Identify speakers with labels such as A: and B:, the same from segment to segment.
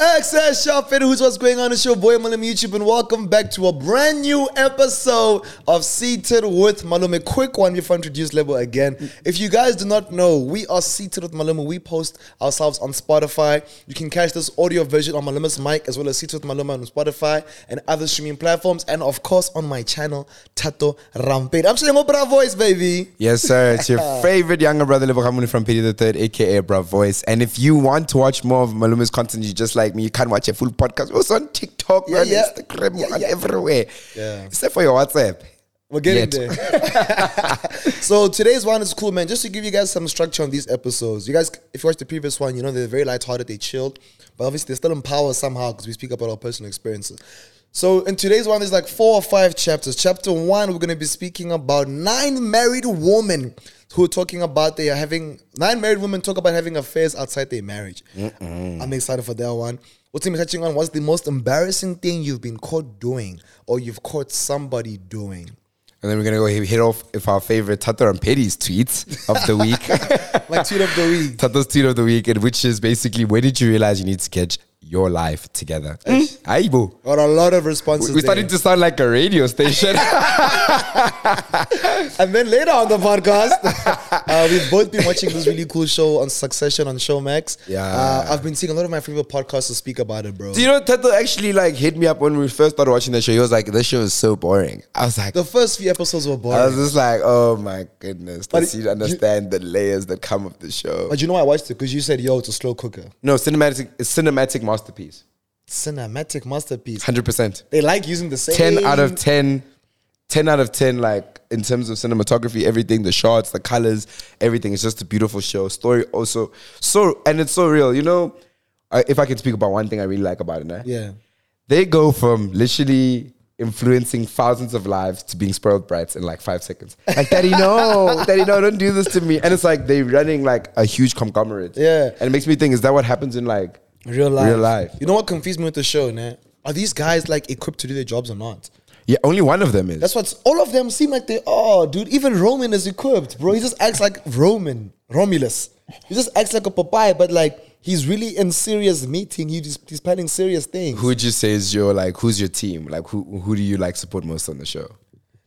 A: Access Shop Who's what's going on? It's your boy Malume YouTube, and welcome back to a brand new episode of Seated with Malume. Quick one before I introduce Lebo again. If you guys do not know, we are Seated with Malume. We post ourselves on Spotify. You can catch this audio version on Malume's mic as well as Seated with Malume on Spotify and other streaming platforms, and of course on my channel Tato Rampage. I'm showing Opera Voice, baby.
B: Yes, sir. It's your favorite younger brother, Lebokamuni from Peter the Third, aka Bruv Voice. And if you want to watch more of Malume's content, you just like me, you can watch a full podcast. We're also on TikTok,
A: Yeah,
B: we're on
A: yeah.
B: Instagram,
A: Yeah,
B: we're on
A: yeah.
B: everywhere.
A: Yeah.
B: Except for your WhatsApp.
A: We're getting
B: Yet.
A: there. so today's one is cool, man. Just to give you guys some structure on these episodes. You guys, if you watched the previous one, you know they're very lighthearted, they chilled, but obviously they're still empowered somehow because we speak about our personal experiences. So in today's one, there's like four or five chapters. Chapter one, we're gonna be speaking about nine married women who are talking about they are having nine married women talk about having affairs outside their marriage. I'm excited for that one. What's gonna be touching on? What's the most embarrassing thing you've been caught doing or you've caught somebody doing?
B: And then we're going to go hit hit off with our favorite Tato and Petty's tweets of the week.
A: My tweet of the week.
B: Tato's tweet of the week, and which is basically when did you realize you need to get your life together? Aibo.
A: Got a lot of responses.
B: We're starting
A: there.
B: to sound like a radio station.
A: and then later on the podcast, uh, we've both been watching this really cool show on Succession on Showmax.
B: Yeah.
A: uh, I've been seeing a lot of my favorite podcasts to speak about it, bro.
B: Do you know Tato actually like hit me up when we first started watching the show? He was like, "This show is so boring." I was like,
A: the first few episodes were
B: I was
A: boring,
B: just like, "Oh my goodness!"
A: But
B: Does
A: it-
B: he understand the layers that come of the show?
A: but you know I watched it because you said, "Yo, it's a slow cooker,
B: No, cinematic, it's cinematic masterpiece,
A: cinematic masterpiece."
B: hundred percent,
A: They like using the same
B: ten out of 10, 10 out of ten. Like in terms of cinematography, everything, the shots, the colors, everything. It's just a beautiful show. Story also so, and it's so real. You know, I, if I can speak about one thing I really like about it, nah?
A: Yeah,
B: they go from literally influencing thousands of lives to being spoiled brats in like five seconds. Like, daddy, no, daddy, no, don't do this to me. And it's like they're running like a huge conglomerate.
A: Yeah.
B: And it makes me think, is that what happens in like
A: real life.
B: Real life.
A: You know what confused me with the show, man? Are these guys like equipped to do their jobs or not?
B: Yeah, only one of them is.
A: That's what's all of them seem like they are, dude. Even Roman is equipped, bro. He just acts like Roman, Romulus. He just acts like a papaya, but like he's really in serious meeting. He just, he's planning serious things.
B: who would you say is your like who's your team? Like who who do you like support most on the show?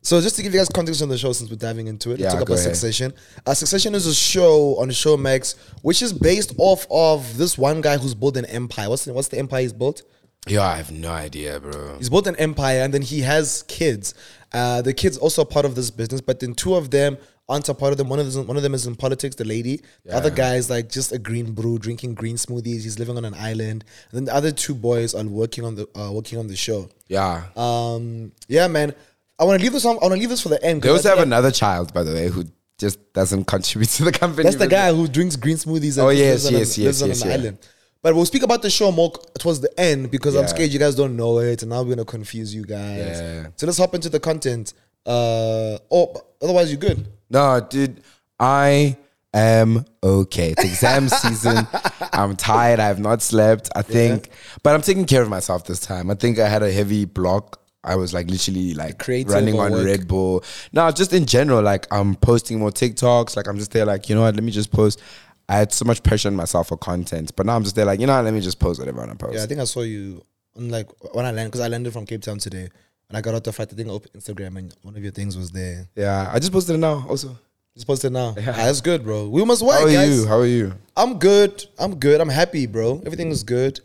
A: So just to give you guys context on the show, since we're diving into it,
B: Yeah,
A: let's talk
B: go
A: about
B: ahead.
A: Succession. Uh, Succession is a show on Showmax, which is based off of this one guy who's built an empire. What's the, what's the empire he's built?
B: Yeah, I have no idea, bro.
A: He's built an empire and then he has kids. Uh, the kids also are part of this business, but then two of them aren't a part of them. One of them, one of them is in politics, the lady. The other guy is like just a green brew, drinking green smoothies. He's living on an island. And then the other two boys are working on the uh, working on the show.
B: Yeah.
A: Um, yeah, man. I want to leave this. On, I want to leave this for the end. 'cause
B: they also
A: I
B: have
A: think
B: another child, by the way, who just doesn't contribute to the company.
A: That's the
B: but-
A: guy who drinks green smoothies. And
B: Oh,
A: just lives
B: yes,
A: on
B: yes,
A: an-
B: yes,
A: lives on
B: yes,
A: an
B: yeah.
A: island. But we'll speak about the show more c- towards the end because I'm
B: Yeah.
A: scared you guys don't know it, and now we're gonna confuse you guys.
B: Yeah.
A: So let's hop into the content. Uh, oh, otherwise you're good.
B: No, dude, I am okay. It's exam season. I'm tired. I have not slept. I think, but I'm taking care of myself this time. I think I had a heavy block. I was like literally like
A: Creative
B: running
A: or
B: on
A: work?
B: Red Bull. No, just in general, like I'm posting more TikToks. Like I'm just there, like you know what? Let me just post. I had so much pressure on myself for content, but now I'm just there, like you know, what? let me just post whatever I want to post.
A: Yeah, I think I saw you on like when I landed because I landed from Cape Town today, and I got out the flight. I think I opened Instagram and one of your things was there.
B: yeah, I just posted it now. Also,
A: Just posted now. Ah, that's good, bro. We must work,
B: how are
A: guys.
B: you? How are you?
A: I'm good. I'm good. I'm happy, bro. Everything is good.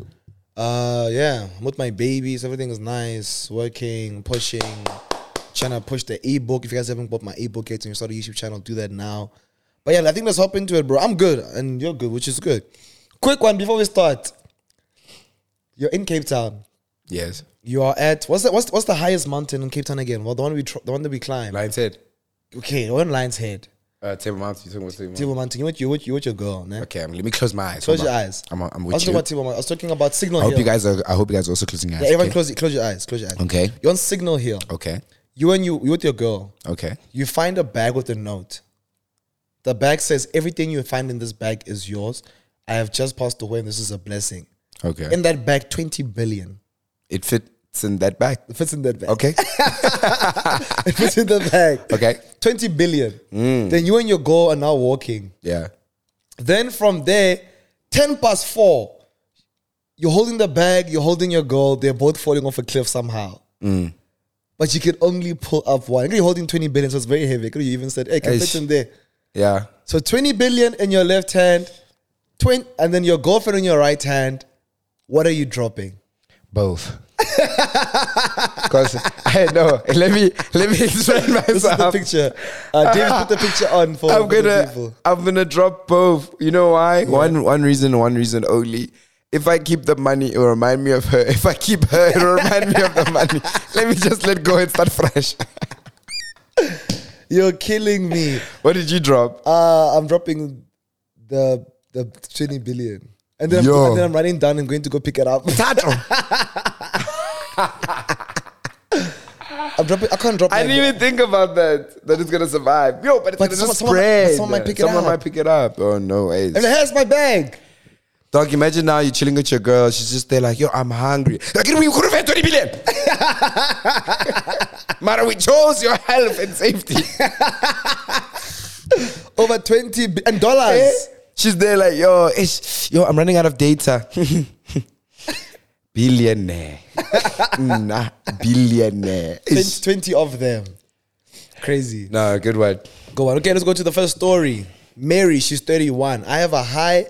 A: Uh, yeah, I'm with my babies. Everything is nice. Working, pushing, trying to push the ebook. If you guys haven't bought my ebook yet and you start a YouTube channel, do that now. But yeah, I think let's hop into it, bro. I'm good and you're good, which is good. Quick one before we start. You're in Cape Town.
B: Yes,
A: You are at what's the what's, what's the highest mountain in Cape Town again? Well, the one we tr- the one that we climbed.
B: Lion's Head,
A: okay, the one Lion's Head,
B: uh, Table Mountain. You talking about Table Mountain?
A: Table Mountain. You with you with you with your girl, man.
B: Okay, um, let me close my eyes.
A: Close
B: Hold
A: your
B: on.
A: eyes.
B: I'm, I'm
A: I was
B: with
A: talking
B: you.
A: about Table Mountain. I was talking about Signal
B: I hope
A: Hill.
B: you guys are. I hope you guys are also closing your eyes.
A: Yeah, everyone
B: okay.
A: close it, close your eyes, close your eyes.
B: Okay.
A: You're on signal here.
B: okay.
A: You and you you with your girl.
B: Okay.
A: You find a bag with a note. The bag says everything you find in this bag is yours. I have just passed away and this is a blessing.
B: Okay.
A: In that bag, 20 billion.
B: it fits in that bag.
A: It fits in that bag.
B: Okay.
A: It fits in the bag.
B: Okay. Mm.
A: 20 billion. Then you and your girl are now walking.
B: yeah.
A: Then from there, 10 past 4, you're holding the bag, you're holding your goal, they're both falling off a cliff somehow. But you can only pull up one. You're holding 20 billion, so it's very heavy. Could You even said, hey, can fit
B: Eish.
A: in there.
B: Yeah.
A: So 20 billion in your left hand, 20, and then your girlfriend in your right hand. What are you dropping?
B: Both. Because I know. Let me let me explain myself.
A: This is the picture. Uh, David, put the picture on for,
B: I'm
A: for the
B: gonna
A: people.
B: I'm gonna drop both. You know why? One one reason, one reason only. If I keep the money, it'll remind me of her. If I keep her, it'll remind me of the money. Let me just let go and start fresh.
A: You're killing me.
B: What did you drop?
A: Uh, I'm dropping the the 20 billion. And then, I'm,
B: Yo.
A: and then I'm running down and going to go pick it up. I'm dropping, I can't drop
B: I
A: my
B: didn't even think about that. That it's gonna survive. Yo, but it's
A: But someone-
B: gonna just
A: someone might-
B: spread.
A: someone might pick it
B: Someone
A: up.
B: might pick it up. Oh no way.
A: And here's my bag.
B: Dog, imagine now you're chilling with your girl. She's just there like, yo, I'm hungry. Like, we could have had 20 billion. Mara, we chose your health and safety.
A: Over 20 bi- and dollars.
B: She's there like, yo, ish, yo, I'm running out of data. billionaire. nah, billionaire. Ish.
A: 20, 20 of them. Crazy.
B: No, good word.
A: Go on. Okay, let's go to the first story. Mary, she's 31. I have a high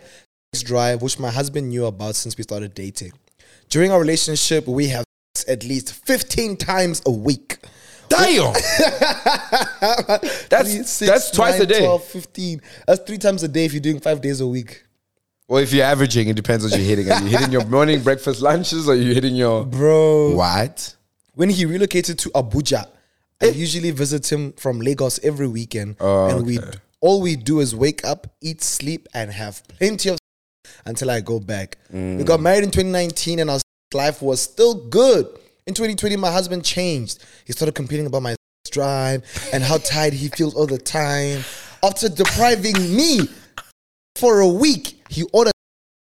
A: sex drive, which my husband knew about since we started dating. During our relationship, we have sex at least 15 times a week.
B: Damn. that's
A: Three, six,
B: that's twice
A: nine,
B: a day.
A: 12, 15. That's three times a day if you're doing five days a week.
B: Well, if you're averaging, it depends what you're hitting. Are you hitting your morning breakfast lunches or are you hitting your
A: Bro.
B: what?
A: When he relocated to Abuja, I usually visit him from Lagos every weekend.
B: Eh. Oh,
A: and we
B: okay.
A: all we do is wake up, eat, sleep, and have plenty of until I go back.
B: Mm.
A: We got married in 2019 and our life was still good. In 2020, my husband changed. He started complaining about my drive and how tired he feels all the time. After depriving me for a week, he ordered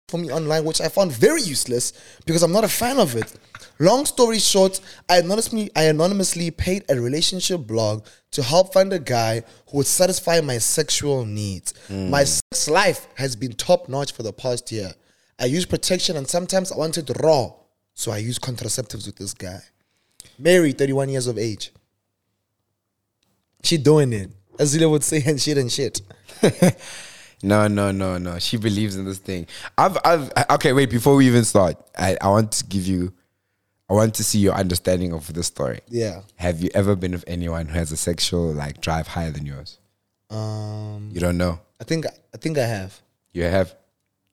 A: for me online, which I found very useless because I'm not a fan of it. Long story short, I anonymously, I anonymously paid a relationship blog to help find a guy who would satisfy my sexual needs. My sex life has been top notch for the past year. I use protection and sometimes I want it raw. So I use contraceptives with this guy. Mary, 31 years of age. She doing it. As Zila would say, and shit and shit.
B: No, no, no, no. She believes in this thing. I've, I've. Okay, wait. Before we even start, I, I want to give you, I want to see your understanding of this story.
A: Yeah.
B: Have you ever been with anyone who has a sexual like drive higher than yours?
A: Um,
B: You don't know.
A: I think I think I have.
B: You have.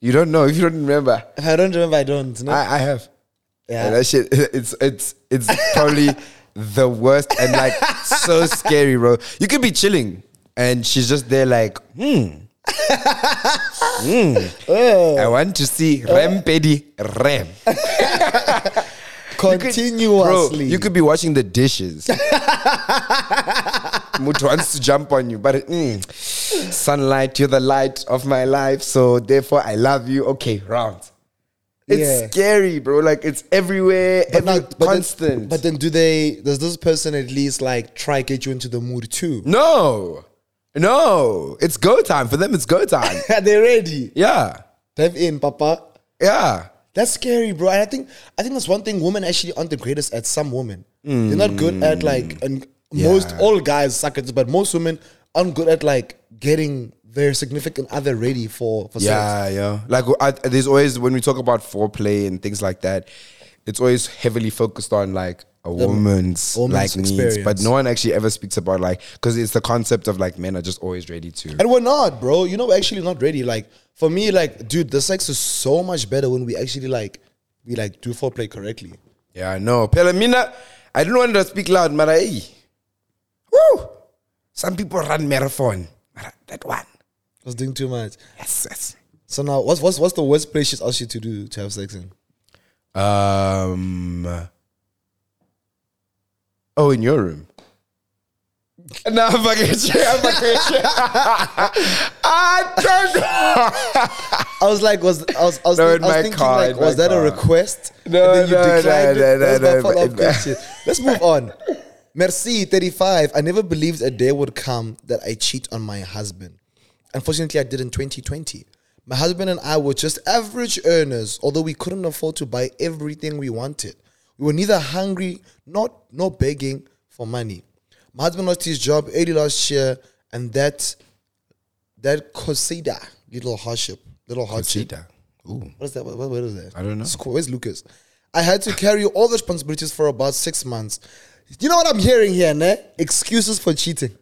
B: You don't know if you don't remember.
A: If I don't remember, I don't. No.
B: I, I have.
A: Yeah.
B: And that shit, it's it's it's probably the worst and like so scary, bro. You could be chilling and she's just there like, hmm. Hmm.
A: Eh.
B: I want to see Rem Pedi Rem. Bro,
A: Continuously.
B: you could be washing the dishes. Mut wants to jump on you, but mm, sunlight, you're the light of my life, so therefore I love you. Okay, round. It's
A: Yeah.
B: scary, bro. Like it's everywhere, every,
A: now- Then,
B: constant.
A: but then, do they? Does this person at least like try get you into the mood too?
B: no, no, it's go time for them. It's go time.
A: Are they ready?
B: yeah,
A: Dive in, Papa.
B: yeah.
A: That's scary, bro. And I think I think that's one thing. Women actually aren't the greatest at some women. They're not good at like
B: Mm.
A: and most
B: Yeah.
A: all guys suck at this, but most women aren't good at like getting their significant other ready for for sex.
B: Yeah, yeah. Like I, there's always when we talk about foreplay and things like that, it's always heavily focused on like a woman's,
A: woman's
B: like needs,
A: experience.
B: but no one actually ever speaks about like because it's the concept of like men are just always ready to.
A: And we're not, bro. You know, we're actually not ready. Like for me, like dude, the sex is so much better when we actually like we like do foreplay correctly.
B: Yeah, no, Pelamina, I don't want to speak loud, but I, woo, some people run marathon. Mara, That one,
A: I was doing too much.
B: yes, yes.
A: So now, what's what's what's the worst place she's asked you to do to have sex in?
B: Um. Oh, in your room. No, I'm fucking shit. I'm fucking shit. I don't.
A: I was like, was I was I was, think-
B: No, in
A: I was
B: my
A: thinking
B: car,
A: like,
B: in
A: was
B: my
A: that a
B: car.
A: request?
B: No, no, no,
A: declined it?
B: no,
A: That was
B: no,
A: my
B: no,
A: follow-up
B: but-
A: question. Let's move on. Merci, thirty-five. I never believed a day would come that I cheat on my husband. Unfortunately, I did in 2020. My husband and I were just average earners, although we couldn't afford to buy everything we wanted. We were neither hungry not nor begging for money. My husband lost his job early last year, and that that consider little hardship, little hardship.
B: Cheetah. Ooh.
A: What is that? What, what word is that?
B: I don't know.
A: It's cool. Where's Lucas? I had to carry all the responsibilities for about six months. You know what I'm hearing here, ne? Excuses for cheating.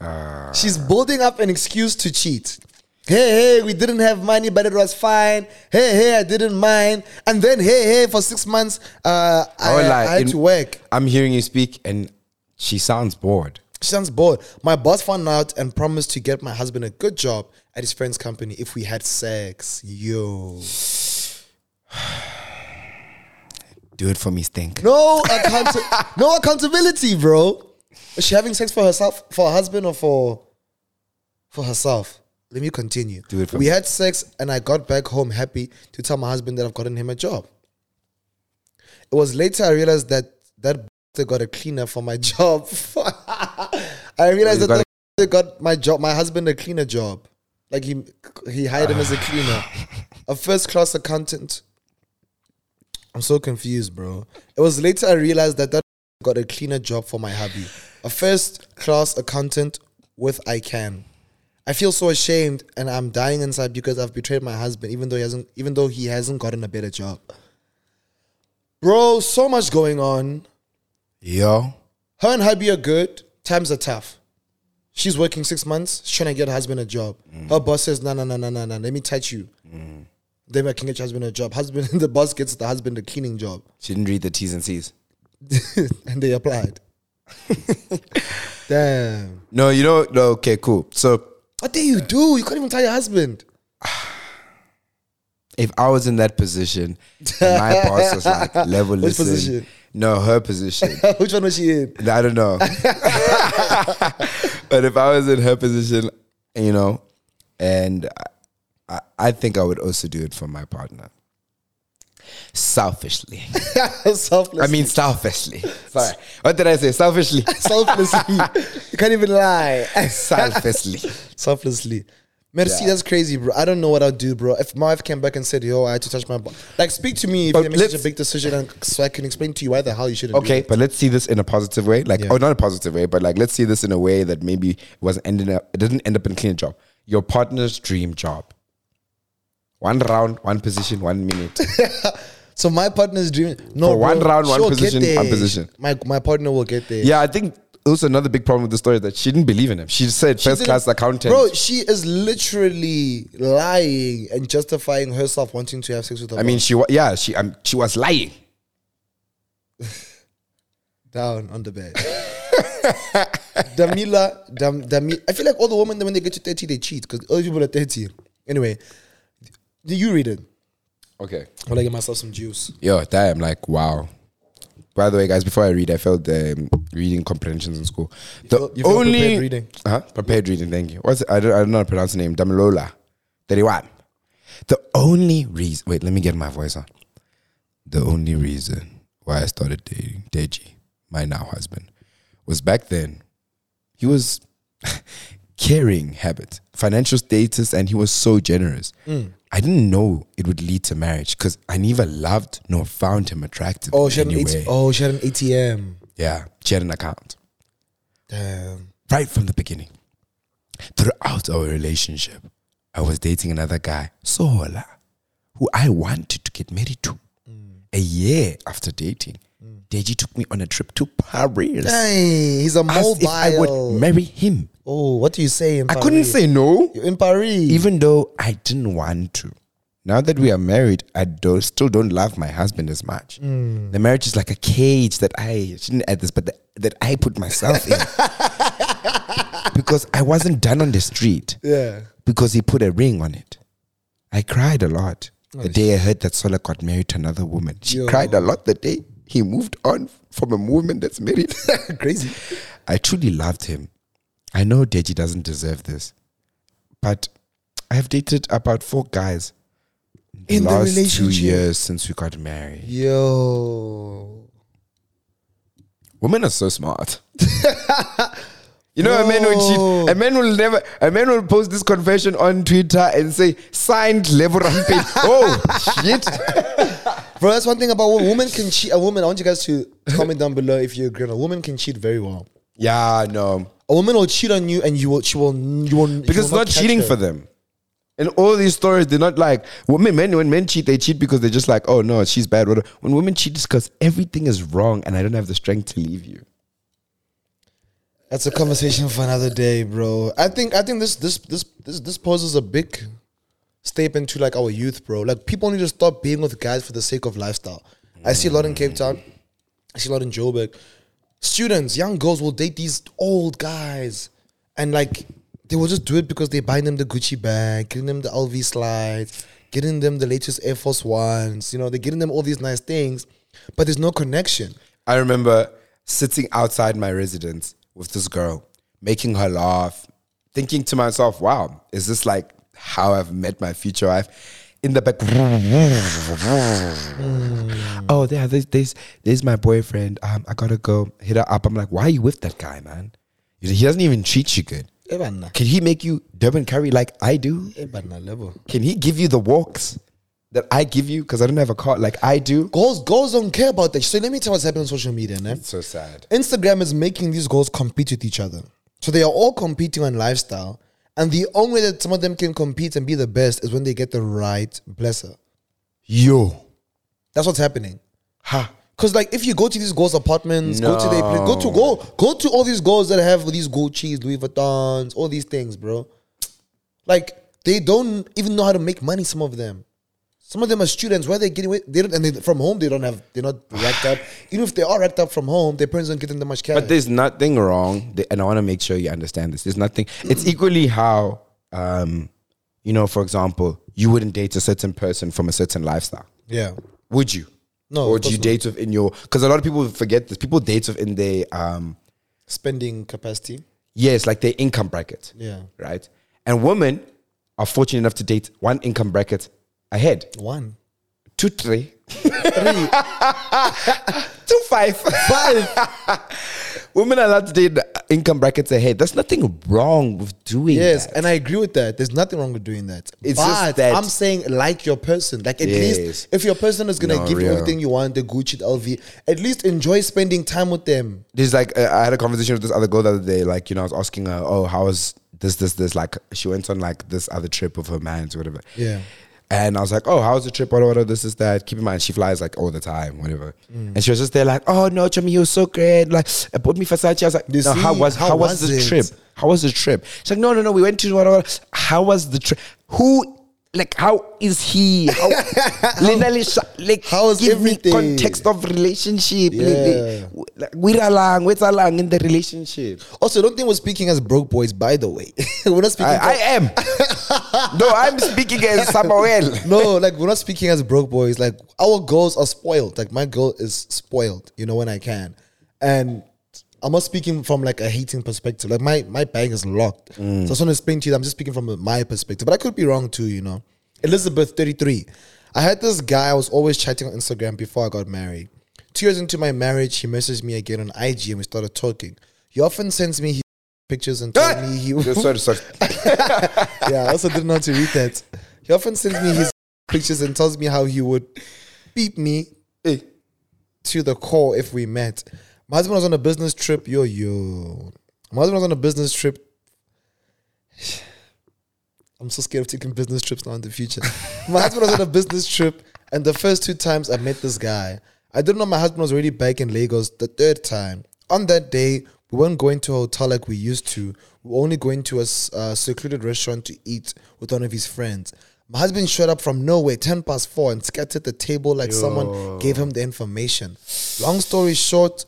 B: Ah.
A: She's building up an excuse to cheat. Hey, hey, we didn't have money, but it was fine. Hey, hey, I didn't mind. And then, hey, hey, for six months, uh, I,
B: won't
A: I
B: lie,
A: had
B: Oh, in-
A: to work.
B: I'm hearing you speak, and she sounds bored.
A: She sounds bored. My boss found out and promised to get my husband a good job at his friend's company if we had sex. Yo.
B: Do it for me, stink.
A: No account- no accountability, bro. Is she having sex for herself, for her husband, or for for herself? Let me continue.
B: Do it for
A: we
B: me.
A: had sex, and I got back home happy to tell my husband that I've gotten him a job. It was later I realized that that they got a cleaner for my job. I realized
B: You
A: that
B: got
A: they got my job, my husband a cleaner job. Like he he hired him as a cleaner, a first class accountant. I'm so confused, bro. It was later I realized that that got a cleaner job for my hubby, a first class accountant with I can. I feel so ashamed and I'm dying inside because I've betrayed my husband, even though he hasn't, even though he hasn't gotten a better job. Bro, so much going on.
B: Yo.
A: Her and hubby are good. Times are tough. She's working six months. She's trying to get her husband a job.
B: Mm.
A: Her boss says, no, no, no, no, no, no. Let me touch you. Then I can get your husband a job. Husband, the boss gets the husband a cleaning job.
B: She didn't read the T's and C's.
A: and they applied. Damn.
B: No, you know. No, okay, cool. So
A: What do you do? You can't even tell your husband.
B: if I was in that position, and my boss was like, level
A: Which
B: listen.
A: position?
B: No, her position.
A: Which one was she in?
B: I don't know. but if I was in her position, you know, and I- I, I think I would also do it for my partner. Selfishly.
A: Selflessly.
B: I mean, selfishly. Sorry. What did I say? Selfishly.
A: selflessly. you can't even lie.
B: selfishly.
A: selflessly. Merci,
B: Yeah.
A: that's crazy, bro. I don't know what I'd do, bro. If my wife came back and said, "Yo, I had to touch my butt," like speak to me if
B: But
A: you make such a
B: let's-
A: big decision, and so I can explain to you why the hell you shouldn't. do
B: Okay, but let's see this in a positive way. Like,
A: Yeah.
B: oh, not a positive way, but like, let's see this in a way that maybe was ending up. It didn't end up in a clean job. Your partner's dream job. One round, one position, one minute.
A: it. So my partner's dreaming. No,
B: For one
A: bro,
B: round, one
A: she'll get
B: position, one
A: there.
B: position.
A: My my partner will get there.
B: yeah, I think also another big problem with the story is that she didn't believe in him. She said
A: She
B: first class
A: didn't-
B: accountant.
A: Bro, she is literally lying and justifying herself wanting to have sex with her.
B: I mean, she wa- yeah, she um, she was lying.
A: down on the bed. Damila, Dam, Dami. I feel like all the women when they get to thirty, they cheat because all people are thirty. Anyway, do you read it?
B: Okay.
A: While I get myself some juice.
B: Yo, damn, like wow. By the way, guys, before I read, I failed the um, reading comprehensions in school. The
A: failed- you failed
B: only
A: prepared reading.
B: uh-huh, prepared reading. Thank you. What's I don't, I don't know how to pronounce the name. Damilola, thirty-one. The only reason. Wait, let me get my voice on. The only reason why I started dating Deji, my now husband, was back then. He was caring habit, financial status, and he was so generous.
A: Mm.
B: I didn't know it would lead to marriage because I neither loved nor found him attractive.
A: Oh,
B: in
A: she had an
B: any
A: AT-
B: way.
A: oh, she had an ATM.
B: Yeah, she had an account
A: Damn.
B: right from the beginning. Throughout our relationship, I was dating another guy, Sohola, who I wanted to get married to. A year after dating, Deji took me on a trip to Paris.
A: Dang, he's a mobile.
B: Asked if I would marry him.
A: oh, what do you say in
B: I
A: Paris?
B: couldn't say no.
A: You're in Paris.
B: even though I didn't want to. Now that we are married, I do, still don't love my husband as much. The marriage is like a cage that I shouldn't add this, but that, that I put myself in because I wasn't done on the street
A: yeah.
B: because he put a ring on it. I cried a lot the day I heard that Sola got married to another woman. She
A: Oh, Yo.
B: cried a lot the day he moved on from a woman that's married.
A: Crazy.
B: I truly loved him. I know Deji doesn't deserve this, but I have dated about four guys
A: In the
B: last two
A: relationship.
B: years since we got married.
A: Yo.
B: Women are so smart. You know, a man will
A: No.
B: cheat. A man will never. A man will post this confession on Twitter and say, "Signed, level rampage." oh shit!
A: Bro, that's one thing about women. Women can cheat. A woman, I want you guys to comment down below if you agree. on it. A woman can cheat very well.
B: Yeah, no,
A: A woman will cheat on you, and you will. She will. You will. you
B: because it's
A: will
B: not
A: catch
B: cheating
A: her.
B: for them. And all these stories, they're not like women. Men, when men cheat, they cheat because they're just like, "Oh no, she's bad." whatever. When women cheat, it's because everything is wrong, and I don't have the strength to leave you.
A: That's a conversation for another day, bro. I think. I think this. This. This. This. This poses a big statement to like our youth, bro. Like people need to stop being with guys for the sake of lifestyle. I see a lot in Cape Town. I see a lot in Joburg. Students, young girls will date these old guys, and like they will just do it because they buying them the Gucci bag, getting them the LV slides, getting them the latest Air Force Ones. You know, they're getting them all these nice things, but there's no connection.
B: I remember sitting outside my residence with this girl, making her laugh, thinking to myself, wow, is this like how I've met my future wife? In the back, oh, yeah, there's, there's, there's my boyfriend. Um, I gotta go hit her up. I'm like, why are you with that guy, man? He doesn't even treat you good.
A: Eh, banna.
B: Can he make you Durban curry like I do?
A: Eh, banna, lebo.
B: Can he give you the walks that I give you? Because I don't have a car like I do.
A: Girls, girls don't care about that. So let me tell you what's happening on social media, man.
B: So sad.
A: Instagram is making these girls compete with each other. So they are all competing on lifestyle. And the only way that some of them can compete and be the best is when they get the right blesser.
B: Yo.
A: That's what's happening.
B: Ha.
A: Cause like if you go to these girls' apartments, go to their place, go to go go to all these girls that have these Gucci's, Louis Vuittons, all these things, bro. Like they don't even know how to make money. Some of them, some of them are students. Where they getting away? They don't, and they, from home they don't have. They're not racked up. Even if they are racked up from home, their parents don't give them that much cash.
B: But there's nothing wrong, th- and I want to make sure you understand this. There's nothing. It's equally how, um, you know, for example, you wouldn't date a certain person from a certain lifestyle,
A: yeah,
B: would you?
A: No,
B: Or
A: of
B: do you
A: course not.
B: date within your? Because a lot of people forget this. People date within their, um,
A: spending capacity.
B: yes, like their income bracket,
A: Yeah,
B: right? And women are fortunate enough to date one income bracket ahead,
A: one.
B: two, three, two, five, five. Women are allowed to date income brackets ahead. There's nothing wrong with doing
A: Yes,
B: that.
A: and I agree with that. There's nothing wrong with doing that.
B: It's
A: but
B: just that-
A: I'm saying like your person. Like at
B: Yes.
A: least if your person is gonna
B: No,
A: give you
B: real.
A: everything you want, the Gucci, the LV, at least enjoy spending time with them.
B: there's like uh, I had a conversation with this other girl the other day. Like you know, I was asking her, "Oh, how was this, this, this?" Like she went on like this other trip with her man or whatever.
A: Yeah.
B: And I was like, "Oh, how was the trip? What, what, this is that." Keep in mind, she flies like all the time, whatever.
A: Mm.
B: And she was just there, like, "Oh no, Chami, you were so great. Like, I bought me Versace." I was like,
A: You
B: "No,
A: see,
B: how was how,
A: how
B: was,
A: was
B: the
A: it?"
B: trip? How was the trip?" She's like, "No, no, no. We went to what, what- How was the trip? Who?" Like how is he? How, like
A: How is
B: give
A: everything?
B: me context of relationship?
A: Yeah.
B: like we're along, we're along in the relationship.
A: Also, don't think we're speaking as broke boys, by the way. we're not speaking
B: I, I am. no, I'm speaking as Samuel.
A: no, like we're not speaking as broke boys. Like our girls are spoiled. Like my girl is spoiled, you know, when I can. And I'm not speaking from like a hating perspective. Like my my bag is locked. So I just want to explain to you that I'm just speaking from my perspective. But I could be wrong too, you know. Elizabeth 33. I had this guy I was always chatting on Instagram before I got married. Two years into my marriage, he messaged me again on IG and we started talking. He often sends me his pictures and told
B: Ah!
A: me he
B: sorry, sorry.
A: yeah, I also didn't know how to read that. He often sends me his pictures and tells me how he would beat me eh,
B: Hey,
A: to the core if we met. My husband was on a business trip. Yo, yo. My husband was on a business trip. I'm so scared of taking business trips now in the future. My husband was on a business trip, and the first two times I met this guy, I didn't know my husband was already back in Lagos the third time. On that day, we weren't going to a hotel like we used to. We were only going to a s- uh, secluded restaurant to eat with one of his friends. My husband showed up from nowhere, 10 past 4, and scattered the table like someone gave him the information. Long story short,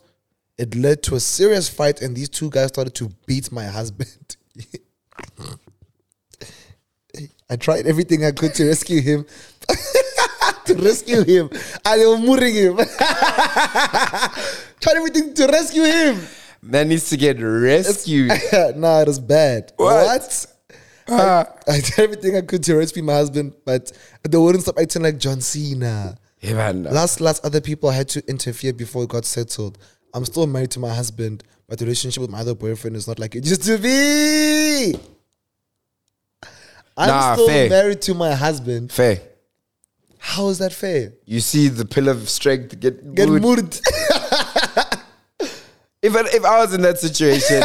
A: it led to a serious fight, and these two guys started to beat my husband. I tried everything I could to rescue him. to rescue him. I was mooring him. tried everything to rescue him.
B: man needs to get rescued.
A: nah, it was bad.
B: What? Ah.
A: I did everything I could to rescue my husband, but they wouldn't stop acting like John Cena.
B: Hey, man.
A: Last, last, other people had to interfere before it got settled. I'm still married to my husband, but the relationship with my other boyfriend is not like it used to be. I'm
B: Nah,
A: still
B: fair.
A: married to my husband.
B: Fair.
A: How is that fair?
B: You see the pillar of strength get,
A: Get
B: moved.
A: mood.
B: If I, if I was in that situation,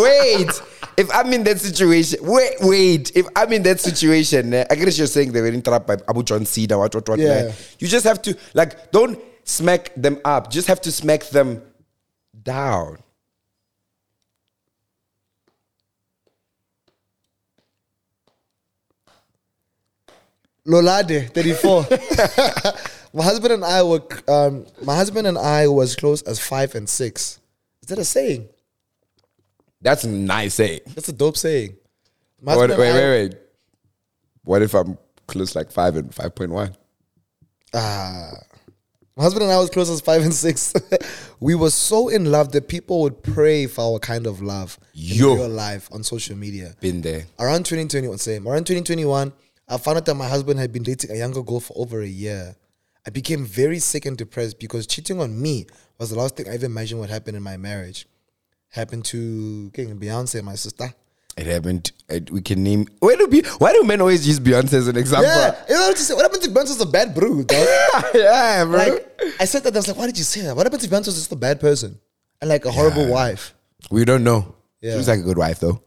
B: wait. If I'm in that situation, wait, wait. If I'm in that situation, eh, I guess you're saying they were entrapped by Abu John Cena, what, what, what.
A: Yeah.
B: eh. You just have to, like, don't smack them up. Just have to smack them down.
A: Lolade, 34. my husband and I were um, my husband and I was close as five and six. Is that a saying?
B: That's nice, eh?
A: That's a dope saying. My
B: What, wait,
A: husband and I-
B: wait, wait. What if I'm close like 5 and 5.1?
A: Ah. My husband and I was close as five and six. we were so in love that people would pray for our kind of love
B: Yo.
A: in real life on social media.
B: Been there.
A: Around 2021, same. Around 2021, I found out that my husband had been dating a younger girl for over a year. I became very sick and depressed because cheating on me was the last thing I ever imagined would happen in my marriage. Happened to King Beyonce, my sister.
B: It happened. It, we can name. Why do, be, why do men always use Beyonce as an example?
A: Yeah, you know what, I'm saying? what happened to Beyonce's a bad brew, dog?
B: yeah, bro.
A: like I said that I was like, why did you say that? What happened to Beyonce was just a bad person and like a horrible wife?
B: we don't know.
A: Yeah.
B: She was like a good wife, though.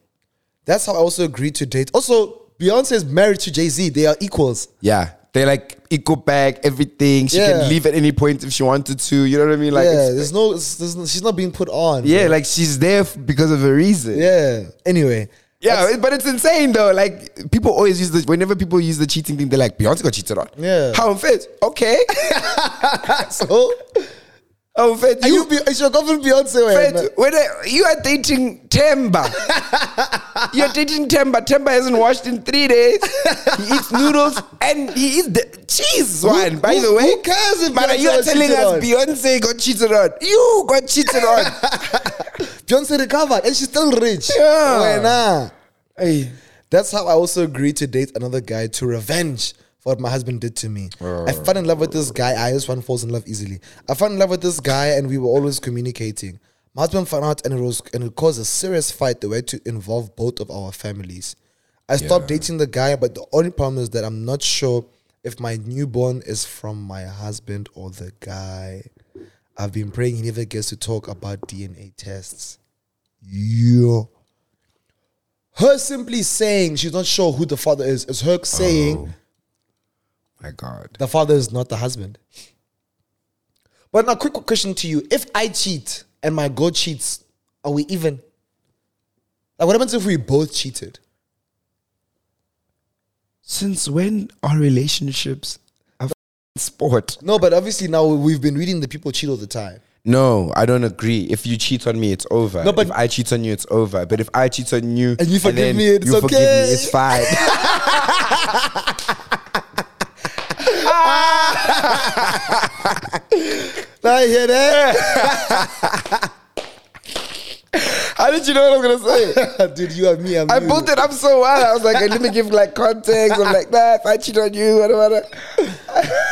A: That's how I also agreed to date. Also, Beyonce is married to Jay Z. They are equals.
B: Yeah. They like eco back everything. She
A: Yeah.
B: can leave at any point if she wanted to. You know what I mean? Like,
A: yeah,
B: it's-
A: there's no, it's- there's no, she's not being put on.
B: yeah, like she's there f- because of a reason.
A: Yeah. Anyway.
B: Yeah, it- but it's insane though. Like people always use the whenever people use the cheating thing, they're like Beyonce got cheated on.
A: Yeah.
B: how unfair? Okay,
A: So,
B: how unfair?
A: are you,
B: You,
A: Be- is your girlfriend Beyonce?
B: Fred,
A: Wait,
B: when I- you are dating Temba, you're dating Temba. Temba hasn't washed in three days. He eats noodles and he eats the cheese one. By
A: who-
B: the way,
A: who cares if
B: But
A: Beyonce
B: you are
A: was
B: telling
A: cheated
B: us
A: on?
B: Beyonce got cheated on. You got cheated on.
A: Beyonce recovered and she's still rich.
B: Yeah.
A: Wait, nah.
B: hey.
A: That's how I also agreed to date another guy to revenge for what my husband did to me. I fell in love with this guy. I just one falls in love easily. I fell in love with this guy, and we were always communicating. My husband found out, and it was and it caused a serious fight that had to involve both of our families. I stopped dating the guy, but the only problem is that I'm not sure if my newborn is from my husband or the guy. I've been praying he never gets to talk about DNA tests. Yo her simply saying she's not sure who the father is is her saying
B: My God.
A: the father is not the husband. But now, quick question to you: If I cheat and my girl cheats, are we even? Like, what happens if we both cheated?
B: Since when are relationships a f***ing sport?
A: No, but obviously now we've been reading the people cheat all the time.
B: No, I don't agree. If you cheat on me, it's over.
A: No, but-
B: if I cheat on you, it's over. But if I cheat on you
A: And you forgive
B: then
A: me, it's
B: you forgive me,
A: okay.
B: it's fine.
A: I hear that,
B: How did you know what I'm gonna say?
A: dude. You are me. I'm
B: I
A: you.
B: built it up so well. I was like, let me give like context. I'm like, nah, if I cheat on you, what about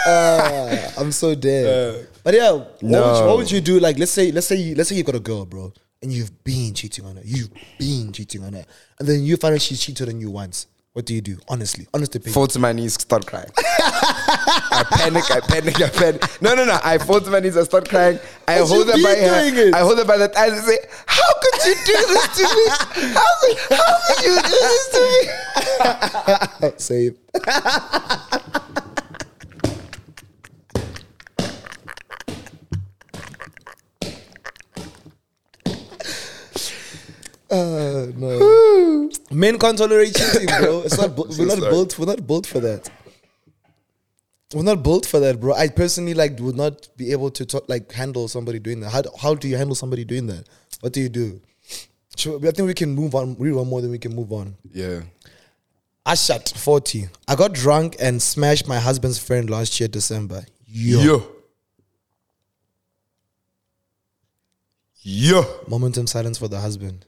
A: Ah, I'm so dead. but yeah, what, would you,
B: No.
A: what would you do? Like, let's say, let's say, you, let's say you've got a girl, bro, and you've been cheating on her. You've been cheating on her, and then you find out she cheated on you once. What do you do? Honestly, honest opinion.
B: Fall to my knees, start crying. I panic, I panic, I panic. No, no, no. I fall to my knees, I start crying. I
A: But
B: hold
A: you've
B: her by
A: been doing
B: her.
A: it.
B: I hold her by the thighs and say, How could you do this to me? How could, how could you do this to me?
A: Save. Uh, no. Men can't tolerate cheating, bro. It's not. Bu- we're not
B: sorry.
A: built. We're not built for that. We're not built for that, bro. I personally like would not be able to talk, like handle somebody doing that. How, do- how do you handle somebody doing that? What do you do? Sure, I think we can move on. We one more than we can move on.
B: Yeah.
A: Ashat, 40. I got drunk and smashed my husband's friend last year, December. Yo.
B: Yo. Yo.
A: Moment of silence for the husband.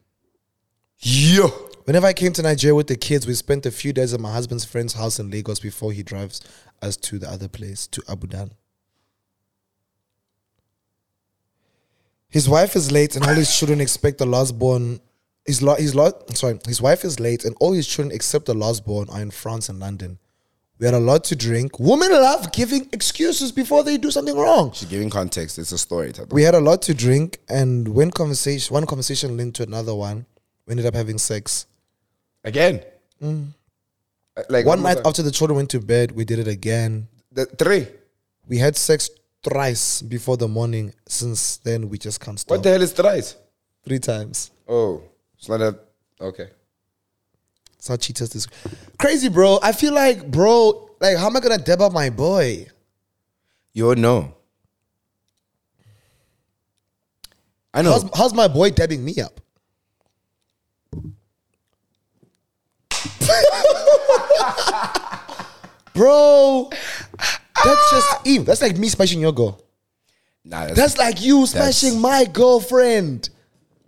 B: Yo.
A: Whenever I came to Nigeria with the kids, we spent a few days at my husband's friend's house in Lagos before he drives us to the other place, to Abudan. His wife is late, and all his children expect the last born. His lo- his lo- sorry, his wife is late, and all his children except the last born are in France and London. We had a lot to drink. Women love giving excuses before they do something wrong.
B: She's giving context. It's a story. Type of-
A: We had a lot to drink, and when conversation one conversation linked to another one, we ended up having sex.
B: Again. Mm. Uh, Like
A: One
B: almost
A: night
B: like-
A: after the children went to bed, we did it again.
B: the three.
A: We had sex thrice before the morning. Since then, we just can't
B: What
A: stop.
B: the hell is thrice?
A: Three times.
B: Oh, it's not a okay.
A: It's how cheaters this. Crazy, bro. I feel like, bro, like, how am I gonna dab up my boy?
B: You know. I know.
A: How's, how's my boy dabbing me up? bro, that's just Eve. That's like me smashing your girl.
B: nah, that's,
A: That's like you smashing my girlfriend.